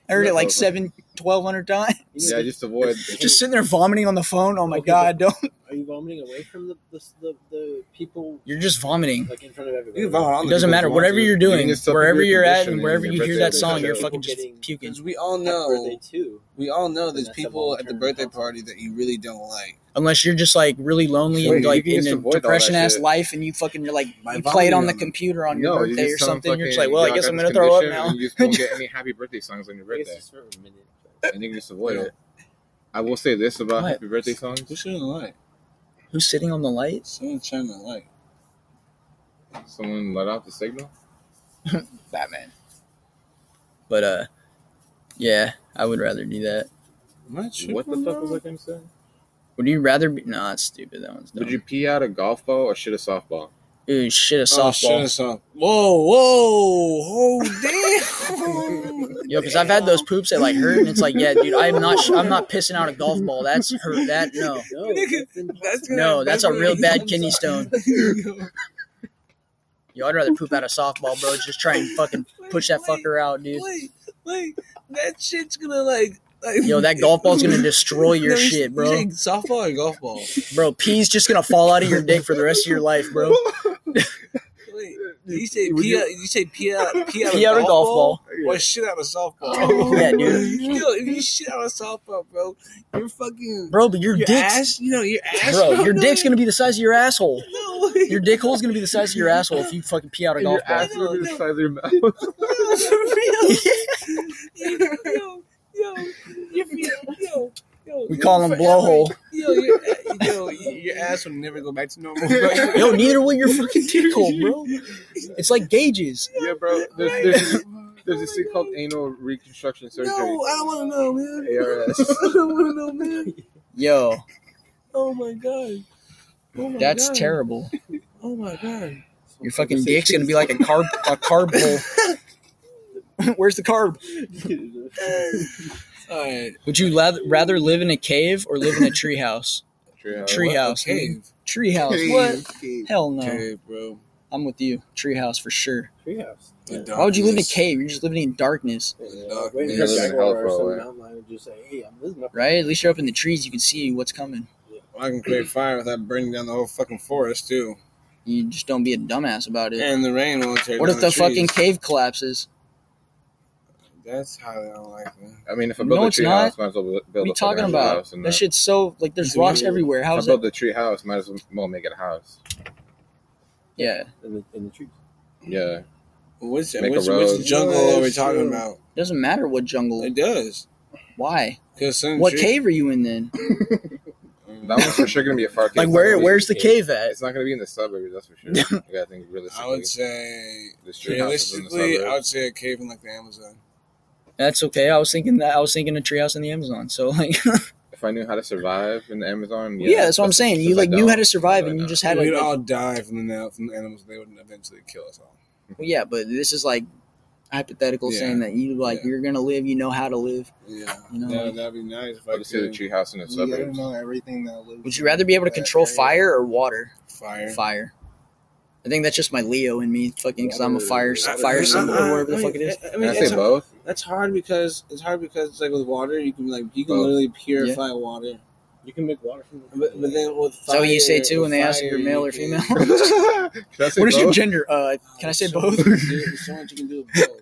S1: I heard it like
S4: That's
S1: seven, twelve hundred times.
S4: Yeah, I just avoid.
S1: Just sitting there vomiting on the phone. Oh my
S5: Okay,
S1: god, don't!
S5: Are you vomiting away from the the, the, the people
S1: You're just vomiting.
S5: like in front of everybody?
S2: You vomit on
S1: It
S2: the
S1: doesn't
S2: people
S1: matter.
S2: you want
S1: Whatever
S2: to.
S1: you're doing,
S4: just suffer
S1: wherever
S4: your
S1: you're at,
S4: condition
S1: and
S4: and
S1: wherever
S4: your
S1: you hear
S4: birthday
S1: that song,
S4: will
S1: you're
S4: show.
S1: fucking just
S5: Getting-
S1: puking.
S2: Because we all
S5: birthday
S2: know,
S5: too.
S2: we all know
S5: And
S2: there's
S5: that's a
S2: people at the
S5: long-term
S2: birthday
S5: consequence.
S2: party that you really don't like.
S1: Unless you're just like really lonely
S4: Wait,
S1: and
S4: you
S1: like
S4: can
S1: in
S4: just
S1: a
S4: avoid all that
S1: depression ass
S4: shit.
S1: life, and you fucking you're like
S2: By
S1: you play it on the
S2: vomiting.
S1: computer on your
S4: No, you
S1: birthday
S4: just
S1: or
S4: tell them
S1: something. You're just
S4: fucking,
S1: like, well, I
S4: "Yo,
S1: guess
S4: got
S1: I'm
S4: this
S1: gonna throw up
S4: condition,"
S1: now.
S4: And you just won't get any happy birthday songs on your
S5: I guess
S4: birthday,
S5: just for a minute.
S4: and you can just avoid
S2: Yeah.
S4: it. I will say this about
S1: What?
S4: happy birthday songs.
S2: Who shouldn't like?
S1: Who's sitting on the lights?
S2: Someone trying to like.
S4: Someone let off the signal.
S1: Batman. But uh, yeah, I would rather do that.
S2: What
S4: What the fuck was that game said?
S1: Would you rather be? Nah, it's stupid. That one's dumb.
S4: Would you pee out a golf ball or shit a softball?
S1: Ooh, shit, a
S4: Oh,
S2: Oh,
S1: softball.
S2: Whoa, whoa, oh damn!
S1: Yo, because I've had those poops that like hurt, and it's like, yeah, dude, I'm not, sh- I'm not pissing out a golf ball. That's hurt. That no,
S5: No,
S2: Nigga,
S5: that's impossible.
S2: That's gonna-
S1: no, that's a
S2: gonna-
S1: real bad
S2: I'm
S1: kidney
S2: sorry.
S1: stone. Yo, I'd rather poop out a softball, bro. Just try and fucking push that fucker out, dude.
S2: Like, like that shit's gonna like. like
S1: Yo, that golf ball's gonna destroy your shit, bro.
S2: Like softball or golf ball?
S1: Bro, pee's just gonna fall out of your dick for the rest of your life, bro.
S2: Wait, you say pee out, you say pee out, pee out,
S1: Pee out a golf ball.
S2: or shit out a softball?
S1: Yeah, dude.
S2: Yo, if you shit out a softball, bro, you're fucking
S1: Bro, but your,
S2: your
S1: dick's
S2: ass. You know your ass,
S1: Bro,
S2: No,
S1: your dick's gonna be the size of your asshole.
S2: No, wait.
S1: Your dick hole's gonna be the size of your asshole if you fucking pee out a golf
S4: Your
S1: ball.
S4: ass is gonna be the size of your mouth.
S2: No, for real. yo, yo, yo, yo, yo.
S1: We call him
S2: Forever.
S1: blowhole.
S2: Yo, your, yo, your ass will never go back to normal. bro.
S1: Yo, neither will your fucking dick hole, bro. It's like gauges.
S4: yeah, bro. There's, there's, there's
S1: Oh
S4: this thing called anal reconstruction surgery.
S2: No, I don't want to know, man.
S4: ARS.
S2: I don't want to know, man.
S1: Yo,
S2: Oh my god. Oh my
S1: that's
S2: god.
S1: terrible.
S2: Oh my god.
S1: Your fucking dick's gonna be like a carb a carb hole. Where's the carb?
S2: All right.
S1: Would you lath- rather live in a cave or live in a treehouse?
S4: True.
S1: Treehouse. dude.
S2: Cave.
S1: Treehouse. What? Hell no.
S2: Cave, bro.
S1: I'm with you. Treehouse for sure.
S5: treehouse.
S2: The
S1: Why would you live in a
S2: darkness.
S1: cave? You're just living in darkness.
S5: Yeah,
S2: Dog.
S5: waiting
S4: Yeah,
S5: for
S4: living
S5: jaguar
S4: hell for
S5: or
S4: a
S5: some
S4: while.
S5: mountain lion and just say, "Hey, I'm this is my
S1: right? At least you're up in the trees, you can see what's coming.
S2: I can create fire without burning down the whole fucking forest too.
S1: You just don't be a dumbass about it.
S2: And the rain won't tear
S1: What
S2: down
S1: if the fucking
S2: trees.
S1: cave collapses?
S2: That's how I don't like it.
S4: I mean, if I
S1: No,
S4: build a
S1: it's
S4: tree
S1: not.
S4: house, might as well build
S1: What are
S4: a
S1: you
S4: fucking
S1: talking about?
S4: house. and
S1: That
S4: then-
S1: shit's so like there's
S2: Dude.
S1: rocks everywhere. How
S4: If I
S1: is that?
S4: build a tree house, might as well make it a house.
S1: Yeah,
S5: in the in the trees."
S4: Yeah,
S2: Which
S4: Make a
S2: which,
S4: road.
S2: which jungle
S3: Yeah,
S2: are we
S3: that's
S2: talking
S3: true.
S2: about?
S1: doesn't matter what jungle.
S2: It does.
S1: Why?
S2: Cause some
S1: What
S2: tree-
S1: cave are you in then?
S4: that one's for sure gonna be a far.
S1: Like
S4: case.
S1: where?
S5: cave.
S1: Where's the cave at?
S4: It's not gonna be in the suburbs, that's for sure. you gotta think realistically.
S2: I would say
S4: This tree house is in the
S2: realistically, I would
S4: suburbs.
S2: say a cave in like the Amazon.
S1: That's okay. I was thinking that. I was thinking a treehouse in the Amazon. So like,
S4: If I knew how to survive in the Amazon,
S1: yeah, that's what I'm saying. You like knew how to survive, and you just had
S2: We'd
S1: a.
S2: all die from the na- from the animals. They would eventually kill us all.
S1: Well, yeah, but this is like hypothetical
S2: Yeah.
S1: saying that you like
S2: Yeah.
S1: you're gonna live, you know how to live.
S2: Yeah,
S1: You know,
S2: that
S1: like-
S2: that'd be nice if
S4: I
S2: I
S4: would say the
S2: could
S4: tree house in the
S3: You gotta
S4: suburbs.
S3: know everything that lives.
S1: Would you rather be able to
S3: in that
S1: control
S3: area.
S1: fire or water?
S2: fire.
S1: Fire. I think that's just my Leo in me, fucking, because I'm a fire
S4: Water.
S1: fire symbol or
S2: Uh,
S1: whatever the
S2: I
S1: fuck it
S2: mean,
S1: is.
S2: I, I
S4: Can
S2: mean,
S4: I
S2: it's,
S4: say both?
S2: that's hard because it's hard because it's like with water, you can like you can
S4: Both.
S2: literally purify water.
S5: You can make water from the
S2: But, but then with
S1: Is that
S2: fire,
S1: what you say too
S2: with
S1: when they ask if
S2: fire,
S1: you're male
S2: you
S1: or
S2: can-
S1: female?
S4: Can I say
S1: what is your
S4: both?
S1: gender? Uh, can I say
S2: so
S1: both?
S2: much you can do- so much you can do with both.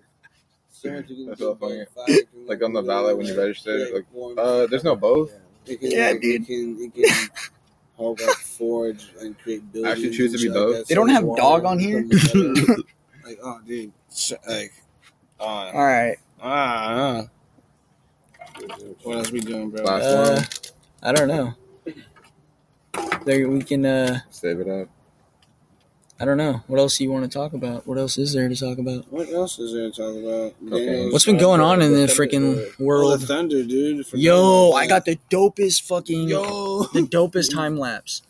S2: So much you can
S4: That's
S2: do
S4: all
S2: with both.
S4: fucking-
S2: Fire, you can
S4: like on the
S2: literally,
S4: ballot when you
S2: like,
S4: register,
S2: create
S4: like,
S2: warmth.
S4: Uh, there's no both.
S2: It can,
S1: Yeah,
S2: like,
S1: dude.
S2: It can, it can help like forge and create buildings.
S4: Actually choose to
S2: and
S4: be
S2: shit
S4: both.
S2: that,
S1: They don't
S2: so
S1: have
S2: water
S1: dog on
S2: will
S1: here?
S2: come together. like, oh, dude, so, like,
S1: All
S2: uh,
S1: right.
S2: ah, ah. what else we doing, bro?
S4: Last
S1: Uh, I don't know. There we can. Uh,
S4: Save it up.
S1: I don't know. What else do you want to talk about? What else is there to talk about?
S2: What else is there to talk about?
S4: Okay.
S2: Daniel's-
S1: What's been going on in the
S2: Thunder-
S1: freaking
S2: Oh, the
S1: world?
S2: thunder, dude? Forgot
S1: Yo,
S2: about
S1: I
S2: that.
S1: got the dopest fucking, the
S2: yo.
S1: dopest time lapse,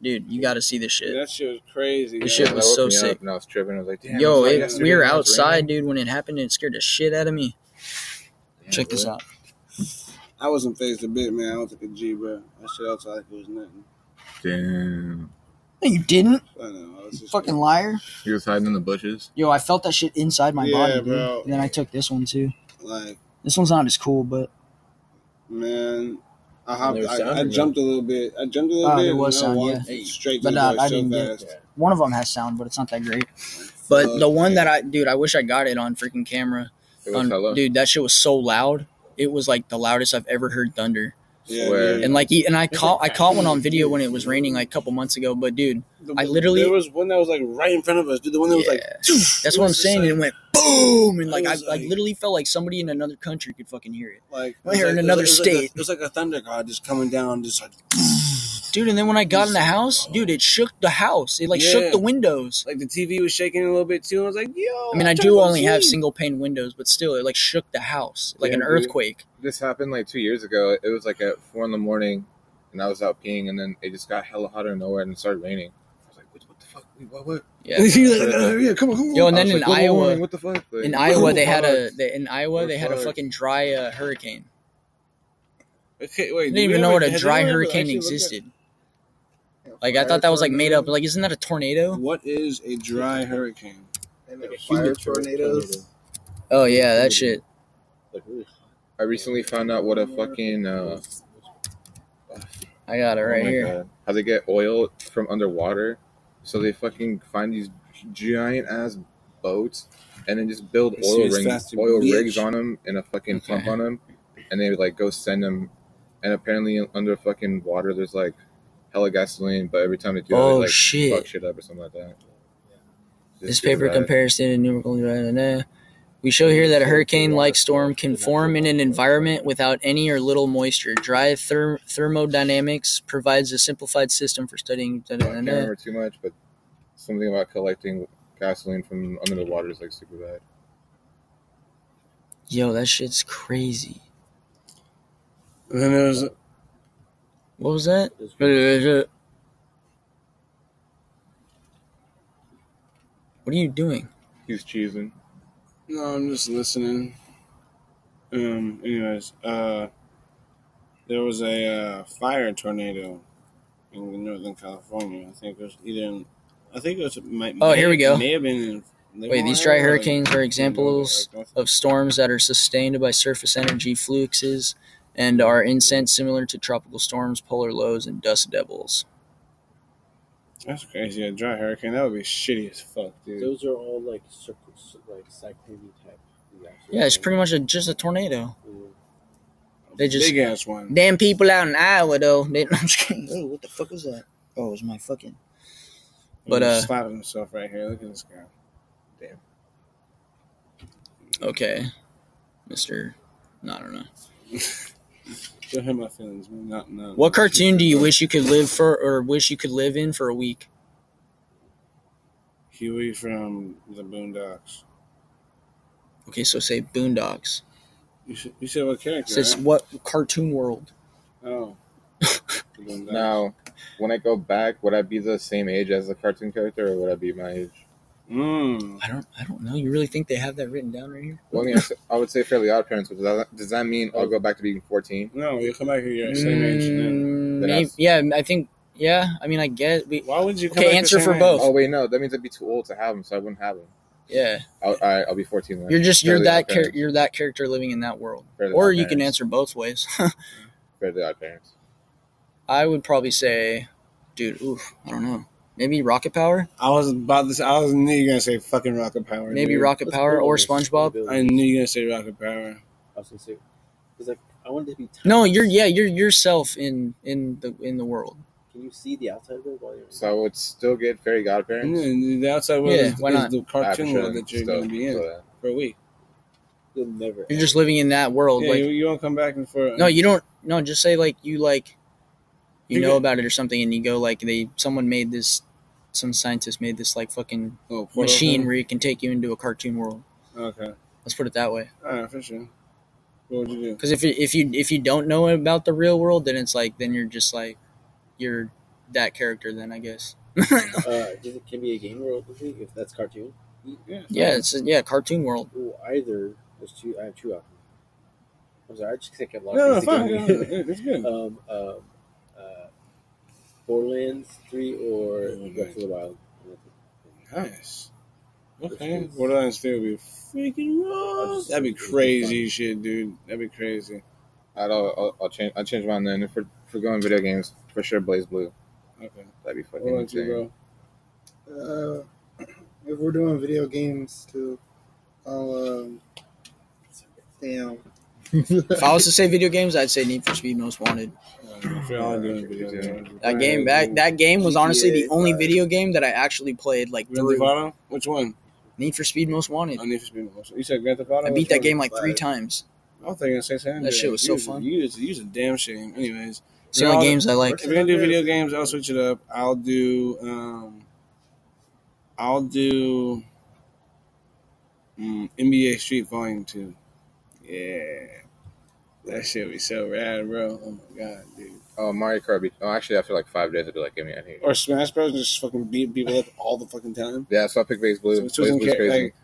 S1: dude. You got to see this shit.
S2: That shit was crazy.
S1: This
S2: yo.
S1: shit
S4: That
S1: was so
S4: woke me up,
S1: sick.
S4: And I was tripping. I was like, damn.
S1: Yo,
S4: it's like
S1: it,
S4: yesterday
S1: we were
S4: when it was
S1: outside,
S4: raining.
S1: dude, when it happened, and it scared the shit out of me.
S4: Damn,
S1: Check this
S4: bro.
S1: out.
S2: I wasn't phased a bit, man. I don't think a G, bro. That shit outside like it was nothing.
S4: Damn.
S1: No, you didn't,
S2: I know. I was just
S1: fucking liar.
S4: He was hiding in the bushes.
S1: Yo, I felt that shit inside my
S2: Yeah,
S1: body, dude.
S2: bro.
S1: And then I took this one too.
S2: like,
S1: This one's not as cool, but
S2: man. I hopped,
S5: there was sound
S2: I, I
S5: or no?
S2: jumped a little bit. I jumped a little
S1: Ah,
S2: bit.
S1: there was
S2: and I
S1: sound,
S2: walked Straight to
S1: But
S2: the
S1: nah,
S2: door
S1: I
S2: so
S1: didn't get-
S2: fast.
S1: one of them has sound, but it's not that great. But
S2: Fuck,
S1: the one that
S2: yeah.
S1: I, dude, I wish I got it on freaking camera.
S4: It was
S1: On-
S4: hella.
S1: dude, that shit was so loud. It was like the loudest I've ever heard thunder.
S2: yeah,
S4: Swear.
S2: dude.
S1: And like, e- and I caught, I caught one on video when it was raining like a couple months ago. But dude,
S2: The-
S1: I literally-
S2: there was one that was like right in front of us, dude. The one that was like,
S1: Yeah.
S2: it
S1: that's what I'm
S2: was just
S1: saying.
S2: like-
S1: and it went boom, and
S2: It
S1: like I,
S2: was
S1: like
S2: like-
S1: literally felt like somebody in another country could fucking hear it,
S2: like
S1: Right here
S2: it was
S1: in
S2: like-
S1: another
S2: it was like a-
S1: state.
S2: It was like a thunder god just coming down, just like
S1: dude. And then when I got in the house, dude, it shook the house. It like shook
S2: Yeah.
S1: the windows.
S2: like the TV was shaking a little bit too. I was like, yo.
S1: I mean, I
S2: I'm trying to
S1: do
S2: go
S1: only have
S2: sleep.
S1: single pane windows, but still, it like shook the house like
S4: Yeah,
S1: an
S4: dude.
S1: earthquake.
S4: This happened like two years ago. It was like at four in the morning, and I was out peeing, and then it just got hella hot out of nowhere and it started raining. I was like, what, what the fuck? Wait, What? What?
S1: Yeah.
S2: You're like, "Oh, yeah, come on, come on.
S1: Yo, and
S4: I
S1: then
S4: was
S1: in
S4: like, "Global warming,
S1: Iowa,
S4: what the fuck? Like,
S1: in Iowa, they had a
S4: fuck.
S1: they, in Iowa
S4: We're
S1: they had a
S4: fucked.
S1: fucking dry uh, hurricane.
S2: Okay,
S1: I
S2: wait.
S1: didn't
S2: do
S1: even
S2: we
S1: know
S2: ever-
S1: what a
S2: has
S1: dry
S2: anyone ever
S1: hurricane
S2: actually looked at-
S1: existed. Like I thought that was like made up. Like isn't that a tornado?
S2: What is a dry hurricane?
S3: And
S5: Like a
S3: fire
S5: human tornado.
S3: tornadoes.
S1: Oh yeah, that shit.
S5: Like really hot.
S4: I recently found out what a fucking. Uh,
S1: I got it right
S4: oh my
S1: here.
S4: God. How they get oil from underwater. So they fucking find these giant ass boats and then just build
S2: This
S4: oil
S2: is
S4: rigs,
S2: faster,
S4: oil
S2: bitch.
S4: rigs on them and a fucking pump
S1: Okay.
S4: on them. And they would like go send them. And apparently under fucking water, there's like hella gasoline. But every time they do
S1: Oh
S4: it, like fuck
S1: shit!
S4: shit up or something like that.
S1: This
S4: Just do
S1: paper
S4: that.
S1: compares to numerical. blah, blah, blah. We show here that a hurricane-like storm can form in an environment without any or little moisture. Dry therm- thermodynamics provides a simplified system for studying. blah,
S4: I
S1: blah,
S4: can't
S1: blah, blah.
S4: remember too much, but something about collecting gasoline from under the water is like super bad.
S1: Yo, that shit's crazy.
S2: And then there was
S1: What was that?
S5: It's
S1: What are you doing?
S4: He's cheesing.
S2: no. I'm just listening. Um. Anyways, uh, there was a uh, fire tornado in Northern California. I think it was either. In, I think it was. Might,
S1: Oh, here we go.
S2: May have been. In
S1: Wait, these dry hurricanes are examples of storms that are sustained by surface energy fluxes and are incense similar to tropical storms, polar lows, and dust devils.
S2: That's crazy. A dry hurricane that would be shitty as fuck, dude.
S5: Those are all like circles, like cyclone type. reactions.
S1: Yeah, it's pretty much a, just a tornado.
S5: Mm.
S1: They just
S2: Big ass one.
S1: Damn people out in Iowa though. They, I'm just kidding. Oh, what the fuck was that? Oh, it was my fucking. But,
S2: He's
S1: uh,
S2: slapping himself right here. Look at this guy.
S1: Okay, Mister. No, I don't know.
S2: Don't hurt my feelings, man. Not none.
S1: What cartoon do you wish you could live for, or wish you could live in for a week?
S2: Huey from the Boondocks.
S1: Okay, so say Boondocks.
S2: You said, you said what character?
S1: Says
S2: right?
S1: what cartoon world?
S2: Oh. The Boondocks.
S4: Now, when I go back, would I be the same age as the cartoon character, or would I be my age?
S2: Mm.
S1: I don't. I don't know. You really think they have that written down right here?
S4: Well, I mean, I s- I would say Fairly Odd Parents. But does that, does that mean I'll go back to being fourteen?
S2: No, you come back here. You're the same age. and
S1: Mm,
S4: Then
S1: may-
S4: that's-
S1: yeah, I think. Yeah, I mean, I guess we.
S2: then- Why would you? Come
S1: Hmm. Okay,
S2: back the
S1: answer
S2: same
S1: for
S2: age?
S1: both.
S4: Oh wait, no, that means I'd be too old to have them, so I wouldn't have them.
S1: Yeah,
S4: I'll, all right, I'll be fourteen. Then.
S1: you're just you're
S4: Fairly Odd
S1: that char-
S4: Parents.
S1: you're that character living in that world,
S4: Fairly
S1: or
S4: Odd
S1: you can
S4: Parents.
S1: answer both ways.
S4: Fairly Odd Parents.
S1: I would probably say, dude, oof, I don't know. Maybe Rocket Power?
S2: I was about to. Say, I was knew you were gonna say fucking rocket power.
S1: Maybe
S2: dude.
S1: Rocket
S5: Let's
S1: Power
S5: go
S1: or
S5: with
S1: SpongeBob?
S5: Billy.
S2: I knew you were gonna say rocket power.
S5: I was gonna say, because like I wanted to be. Tiny.
S1: No, you're yeah, you're yourself in in the in the world.
S5: Can you see the outside of it while you're?
S4: So I would still get Fairy Godparents.
S2: Mm, The outside world
S1: Yeah,
S2: is,
S1: why
S2: is
S1: not?
S2: the
S4: Ah, for
S2: cartoon
S4: sure.
S2: world that you're
S4: Still-
S2: gonna be in
S4: still that.
S2: for a week.
S5: You'll never.
S1: You're just living in that world.
S2: Yeah,
S1: like
S2: you, you won't come back and for
S1: no, you don't. No, just say like you like you
S2: You
S1: know
S2: get-
S1: about it or something, and you go like they someone made this, some scientist made this like fucking
S2: oh, portal
S1: machine
S2: thing?
S1: where you can take you into a cartoon world.
S2: Okay,
S1: Let's put it that way.
S2: all right, for sure. What would you do?
S1: Because if you, if you if you don't know about the real world, then it's like then you're just like you're that character. Then I guess.
S5: Uh, does it can be a game world I think, if that's cartoon?
S2: Yeah,
S1: Yeah, it's yeah, cartoon world.
S5: Ooh, either there's two. I have two options. I'm sorry, I just think a lot
S2: no, no,
S5: of
S2: fine.
S5: things
S2: no, no,
S5: together.
S2: it- it's good.
S5: um, um, uh, Borderlands Three or
S2: Oh,
S5: Breath of the Wild.
S2: Nice. Okay, Borderlands Three would be freaking rules. That'd be crazy shit, dude. That'd be crazy.
S4: I'd, I'll, I'll, I'll change. I'll change mine then. If we're, if we're going video games, for sure Blaze Blue.
S2: Okay,
S4: That'd be fucking
S2: what about you,
S4: insane.
S2: bro?
S3: Uh, if we're doing video games too, I'll um, damn.
S1: If I was to say video games, I'd say Need for Speed Most Wanted.
S2: Uh, if we're all doing video games.
S1: That game back that game was honestly the
S5: GTA
S1: only
S5: five.
S1: video game that I actually played like
S2: Grand Theft
S1: through.
S2: Auto? Which one?
S1: Need for Speed Most Wanted.
S2: I need for Speed Most. You said Grand Theft Auto.
S1: I beat
S2: Which
S1: that
S2: one?
S1: game like three
S5: five.
S1: times.
S2: I was thinking San Andreas.
S1: That shit was so
S2: You was-
S1: fun.
S2: You was, you was a damn shame. Anyways,
S1: It's the only
S2: Yeah,
S1: games I like.
S2: if we're gonna do video games, I'll switch it up. I'll do. Um, I'll do. Mm, NBA Street Volume Two. Yeah, that shit be so rad, bro. Oh my god, dude.
S4: Oh, Mario Kart. Be, oh, actually, after like five days, I'd be like, give me any.
S2: Or Smash Bros. and Just fucking beat people up all the fucking time.
S4: Yeah, so I picked Blaze Blue.
S2: So it's
S4: Blaze
S2: just in
S4: Blue's
S2: ca-
S4: crazy.
S2: like,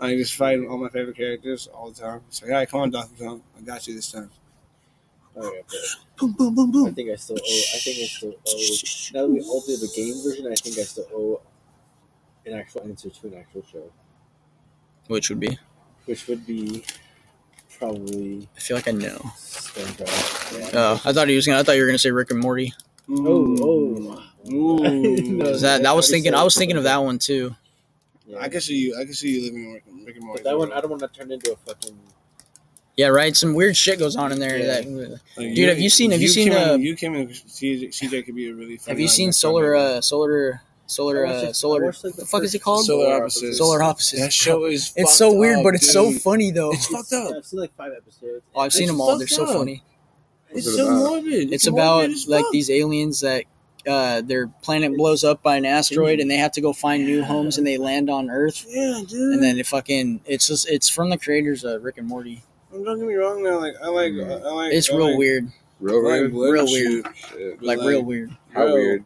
S2: I just fight all my favorite characters all the time. It's like, all right, come on, Donkey Kong, I got you this time.
S5: Oh, yeah, but
S1: Boom, boom, boom,
S5: I
S1: boom.
S5: think I still owe. I think I still owe. Now that we all did the game version, I think I still owe an actual answer to an actual show,
S1: Which would be?
S5: which would be probably
S1: I feel like I know.
S5: SpongeBob.
S1: Oh, I thought he was gonna. I thought you were gonna say Rick and Morty.
S5: Oh, oh.
S2: Ooh.
S1: Is that? That was thinking. I was thinking of that one too.
S5: Yeah.
S2: I can see you. I can see you living in Rick- Rick and Morty.
S5: But that one, I don't want to turn into a fucking.
S1: Yeah, right. Some weird shit goes on in there.
S5: Yeah.
S1: That
S2: Like,
S1: Dude, have you seen- have you seen,
S2: came in-
S1: uh,
S2: you came in. CJ, CJ could be a really. Funny
S1: have you
S2: like,
S1: seen
S2: next
S1: Solar?
S2: time.
S1: Uh, solar. Solar.
S5: I watched it-
S1: Uh,
S5: I
S1: solar. What
S5: watched, like,
S1: the fuck is
S5: first
S1: it called?
S2: Solar
S5: Solar
S2: Opposites.
S5: Opposites.
S1: Solar opposites.
S2: That show is. fucked
S1: It's so weird,
S2: up,
S1: but it's so
S2: dude.
S1: funny though.
S2: It's fucked up.
S5: I've seen like five episodes.
S1: Oh, I've seen
S2: It's
S1: them all. They're
S2: fucked
S1: so
S2: up.
S1: funny.
S2: It's
S4: What's it
S2: so
S4: about?
S2: morbid.
S1: It's about
S2: morbid as
S1: like
S2: fuck.
S1: these aliens that uh, their planet blows up by an asteroid and they have to go find new homes and they land on Earth
S2: Yeah, dude.
S1: and then it fucking it's just it's from the creators of Rick and Morty.
S2: don't get me wrong. Now, like I like.
S4: Mm.
S2: I like
S1: It's
S2: I
S1: real
S2: like,
S1: weird,
S4: Real
S2: I
S4: weird.
S2: like Blood
S1: Real
S2: and
S1: weird.
S2: Shoot,
S4: Shit.
S2: but,
S1: like real weird,
S4: How
S2: bro,
S4: weird.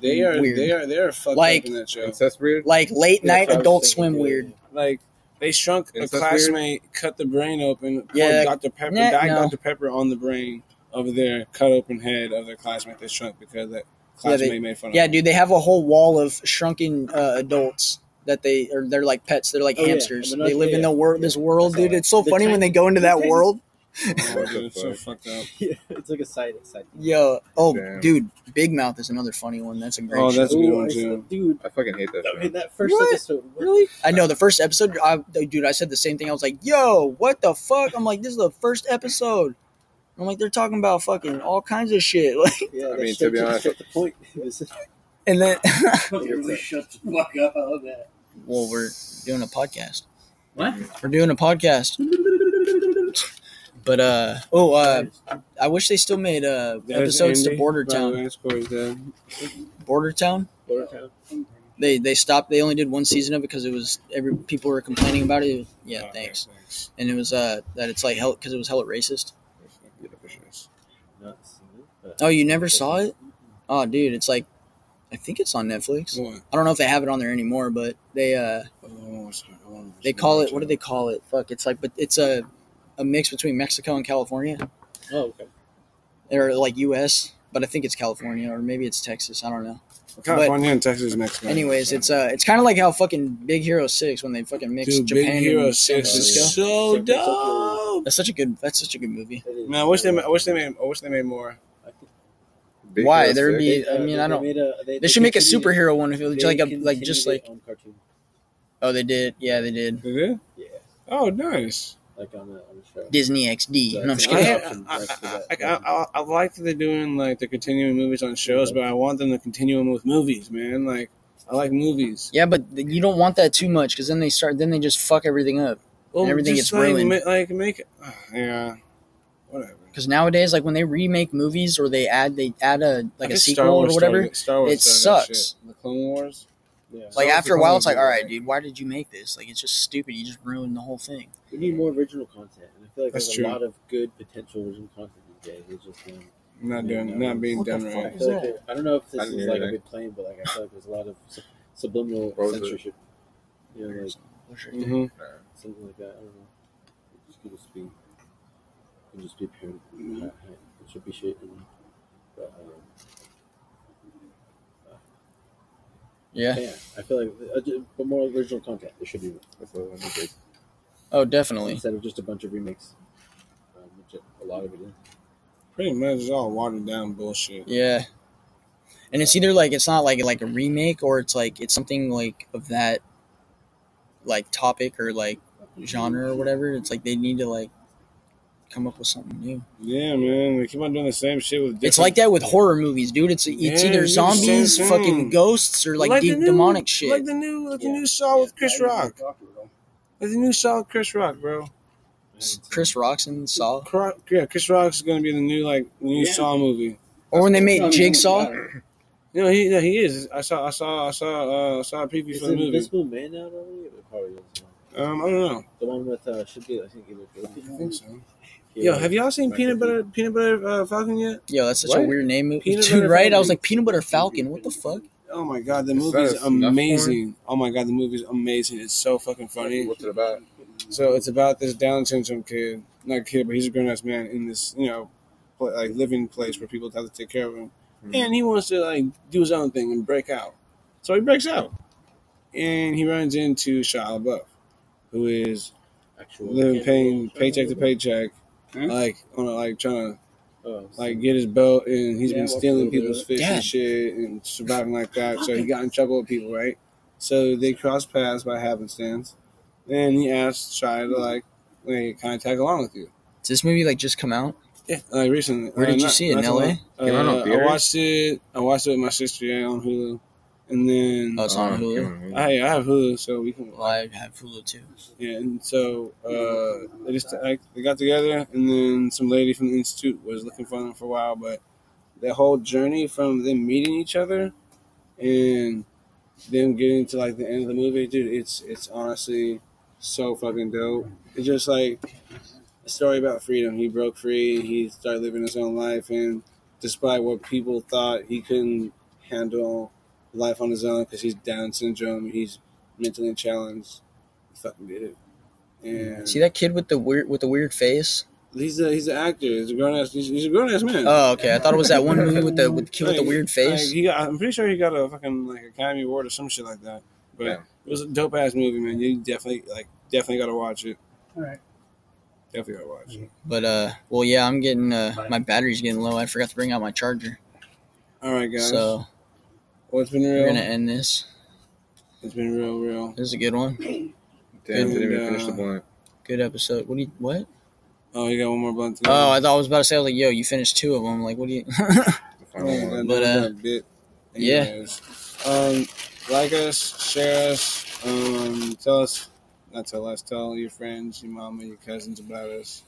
S2: They are.
S1: Weird.
S2: They are. They are fucked
S1: Like-
S2: up in that show.
S4: Incest weird.
S1: like late
S5: Yeah,
S1: night
S5: that's what I was
S1: Adult
S5: thinking,
S1: Swim
S5: yeah.
S1: weird.
S2: Like they shrunk a
S4: Is that
S2: classmate, cut the brain open,
S1: Yeah.
S2: yeah. Dr. Pepper,
S1: Nah,
S2: died
S1: no.
S2: Dr. Pepper on the brain of their cut open head of their classmate that shrunk because that
S1: Yeah, they-
S2: classmate made fun of.
S1: Yeah,
S2: him.
S1: dude, they have a whole wall of shrunken uh, adults that they or they're like pets. They're like
S5: Oh, yeah.
S1: hamsters.
S5: I mean,
S1: They
S5: okay,
S1: live in
S5: yeah.
S1: the world, this world,
S5: I saw
S1: dude.
S5: that.
S1: It's so
S5: The
S1: funny when
S5: tiny-
S1: they go into
S5: the
S1: that
S5: tiny-
S1: world.
S2: Oh,
S4: What the
S2: dude, it's so
S4: fuck?
S2: fucked up.
S5: yeah, it's like a side side. thing.
S1: Yo, oh,
S4: Damn.
S1: dude, Big Mouth is another funny one. That's a great.
S2: Oh, that's a
S1: show.
S2: good
S5: Ooh,
S2: one
S5: I
S2: too.
S5: said, Dude,
S4: I fucking hate that.
S5: I
S4: show.
S5: mean that first
S1: What?
S5: episode. what-
S1: really. I know the first episode, I, dude. I said the same thing. I was like, "Yo, what the fuck?" I'm like, "This is the first episode." I'm like, "They're talking about fucking all kinds of shit." Like,
S5: Yeah,
S4: I
S5: that
S4: mean,
S5: shit
S4: to be
S5: just
S4: honest-
S5: hit the point. It was-
S1: and then,
S5: really shut the fuck up on that.
S1: well, we're doing a podcast.
S6: What?
S1: We're doing a podcast. But uh oh, uh, I wish they still made uh
S2: There's
S1: episodes to
S2: Andy.
S1: Border
S2: By the way,
S1: Town.
S2: That's Corey's dad.
S1: Border Town.
S5: Bordertown.
S1: They they stopped. They only did one season of it because it was every people were complaining about it. Yeah,
S2: Oh, Okay,
S1: thanks. And it was uh that it's like hell because it was hella racist.
S5: Not seen it, but-
S1: Oh, you never saw it? Oh, dude, it's like I think it's on Netflix.
S2: What?
S1: I don't know if they have it on there anymore, but they uh
S2: Oh, I wanna watch it. I wanna watch
S1: they call it what do they call it? Fuck, it's like but it's a a mix between Mexico and California.
S5: Oh, okay.
S1: or like U.S., but I think it's California or maybe it's Texas. I don't know.
S2: California and Texas next. man.
S1: Anyways, it's uh, it's kind of like how fucking Big Hero Six when they fucking mix
S2: Dude,
S1: Japan
S2: Big Hero
S1: and San
S2: Six
S1: Francisco.
S2: is so
S5: San Francisco.
S2: dope.
S1: That's such a good. That's such a good movie.
S5: It is.
S2: Man, I wish they, ma- I wish they made, I wish they made more.
S4: Big
S1: Why?
S4: Hero
S1: There would
S4: Six?
S1: be.
S5: uh,
S1: I mean, I don't.
S5: made a-
S1: They should make a
S5: continued-
S1: superhero one if it was
S5: they
S1: like a like
S5: continued
S1: just
S5: it
S1: like.
S5: on cartoon.
S1: Oh, they did. Yeah, they did.
S2: They did?
S5: Yeah,
S2: Oh, nice.
S5: like on a, on a show.
S1: Disney XD. No, I'm just
S5: Yeah.
S1: kidding.
S2: I, I, I, I, I, I like that they're doing like they're continuing movies on shows, but I want them to continue them with movies, man. Like I like movies.
S1: Yeah, but th- you don't want that too much because then they start. Then they just fuck everything up.
S2: Well,
S1: everything
S2: just,
S1: gets
S2: like,
S1: ruined.
S2: ma- like make uh, yeah, whatever.
S1: Because nowadays, like when they remake movies or they add they add a like a
S2: guess
S1: sequel
S2: Star Wars
S1: or whatever.
S2: started- Star Wars
S1: it
S2: started that
S1: sucks.
S2: shit. The Clone Wars.
S5: Yeah.
S1: Like
S2: Star Wars
S1: after a
S2: is
S1: while,
S2: only
S1: it's like,
S2: good,
S1: all right,
S2: right?
S1: dude, why did you make this? Like, it's just stupid. You just ruined the whole thing.
S5: We need more original content, and I feel like
S2: That's
S5: there's
S2: true.
S5: a lot of good potential original content these days. It's just um,
S2: I'm not doing, I'm not being
S1: What the
S2: done
S1: fuck
S2: right.
S5: I,
S1: is
S5: feel like
S1: that?
S5: there- I don't know if
S4: I
S5: this
S4: didn't
S5: is
S4: hear
S5: like a
S4: anything.
S5: big claim, but like I feel like there's a lot of sub- subliminal
S4: What was it?
S5: censorship. You know, like
S2: Mhm.
S5: something like that. I don't know. It just could just be, it could just be parent. It should be shit. You know? But um,
S4: Eh.
S1: Yeah.
S5: yeah, I feel like, uh, ju- but more original content. It should be more.
S4: That's what I wanted to say.
S1: Oh, definitely.
S5: instead of just a bunch of remakes, um, which a lot of it is.
S2: Pretty much, it's all watered down bullshit.
S1: Yeah. And it's either like it's not like like a remake or it's like it's something like of that like topic or like genre or whatever. It's like they need to like come up with something new.
S2: Yeah, man, they keep on doing the same shit with. Different,
S1: It's like that with horror movies, dude. It's it's
S2: Yeah,
S1: either
S2: it's the same
S1: zombies,
S2: thing.
S1: fucking ghosts, or like,
S2: Like the
S1: deep
S2: new-
S1: demonic shit.
S2: like the new, like
S5: Yeah.
S2: the new Saw
S4: Oh,
S2: with Chris Rock. Like the new Saw with Chris Rock, bro.
S1: Chris Rock's in Saw.
S2: Cro- Yeah, Chris Rock's gonna be in the new like new
S5: Yeah.
S2: Saw movie.
S1: Or when they made Jigsaw.
S2: No, he no, he is. I saw I saw I saw uh, I saw a preview
S5: Is
S2: for the movie.
S5: Invisible Man out already? It probably is. yeah.
S2: Um, I don't know.
S5: The one with uh, should be I think either.
S2: I think so. Yo, have y'all seen
S5: Michael
S2: Peanut
S5: Keaton.
S2: Butter Peanut Butter uh, Falcon yet?
S1: Yo, that's such a
S4: What?
S1: weird name. Dude,
S2: Peanut Butter
S1: right? I was
S2: Falcon.
S1: like, Peanut Butter Falcon. What the fuck?
S2: Oh my god, the
S4: Is
S2: movie is
S4: that a snuff
S2: amazing. Oh my god, the movie is amazing. It's so fucking funny.
S4: What's it about?
S2: So it's about this Down syndrome kid, not a kid, but he's a grown ass man in this you know, pla like living place where people have to take care of him,
S4: Hmm.
S2: and he wants to like do his own thing and break out. So he breaks out, and he runs into Shia LaBeouf, who is
S5: Actual
S2: living paying paycheck to paycheck,
S6: Hmm?
S2: like on a, like trying to
S5: Oh, so-
S2: like get his boat, and he's
S5: Yeah,
S2: been
S5: what's
S2: stealing
S5: the deal?
S2: people's fish
S1: Dad.
S2: and shit, and surviving like that. So he got in trouble with people, right? So they cross paths by happenstance, and he asked Shia to like, like kind of tag along with you.
S1: Does this movie like just come out?
S2: Yeah, like recently.
S1: Where did
S2: Uh,
S1: you
S2: not-
S1: see it
S2: not
S1: in
S2: too
S1: L.A.?
S2: long.
S4: Came out on
S2: Uh, I
S4: theaters?
S2: watched it. I watched it with my sister yeah, on Hulu, and then
S1: Oh, it's on Hulu.
S2: I, I have Hulu, so we can.
S1: Well, I have Hulu too.
S2: Yeah, and so uh, they just like, they got together, and then some lady from the institute was looking for them for a while. But that whole journey from them meeting each other and them getting to like the end of the movie, dude, it's it's honestly so fucking dope. It's just like a story about freedom. He broke free. He started living his own life, and despite what people thought, he couldn't handle life on his own because he's Down syndrome. He's mentally challenged. He fucking did it. And
S1: See that kid with the weird with the weird face?
S2: he's a he's an actor. He's a grown ass. He's, he's a grown ass man.
S1: Oh, okay. I thought it was that one movie with the with the kid with the
S2: Like-
S1: weird
S2: Like,
S1: face.
S2: he got, I'm pretty sure he got a fucking like Academy Award or some shit like that. But
S4: Yeah.
S2: it was a dope ass movie, man. You definitely like definitely gotta watch it.
S6: Alright.
S2: Definitely gotta watch it.
S1: But uh, well, yeah, I'm getting uh, my battery's getting low. I forgot to bring out my charger,
S2: All right, guys.
S1: so
S2: well, it's been
S1: we're
S2: real.
S1: gonna end this.
S2: It's been real, real.
S1: This is a good one.
S4: Damn, didn't even
S2: And,
S4: finish the
S2: uh,
S4: blunt.
S1: Good episode. What do you what?
S2: Oh, you got one more blunt to go.
S1: Oh, I thought I was about to say I was like, yo, you finished two of them. Like, what do you?
S4: The
S2: Oh,
S4: final
S2: that-
S4: one.
S1: But,
S2: that-
S1: uh,
S2: that bit.
S1: yeah.
S2: Anyways. Um, like us, share us, um, tell us, not tell us, tell all your friends, your mama, your cousins about us.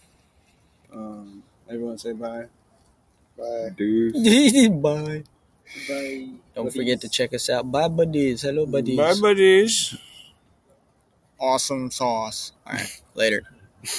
S2: Um, everyone say bye.
S3: Bye.
S4: Dudes.
S1: Bye.
S2: Bye.
S1: Don't forget to check us out. Bye, buddies. Hello, buddies.
S2: Bye, buddies.
S1: Awesome sauce. All right, later.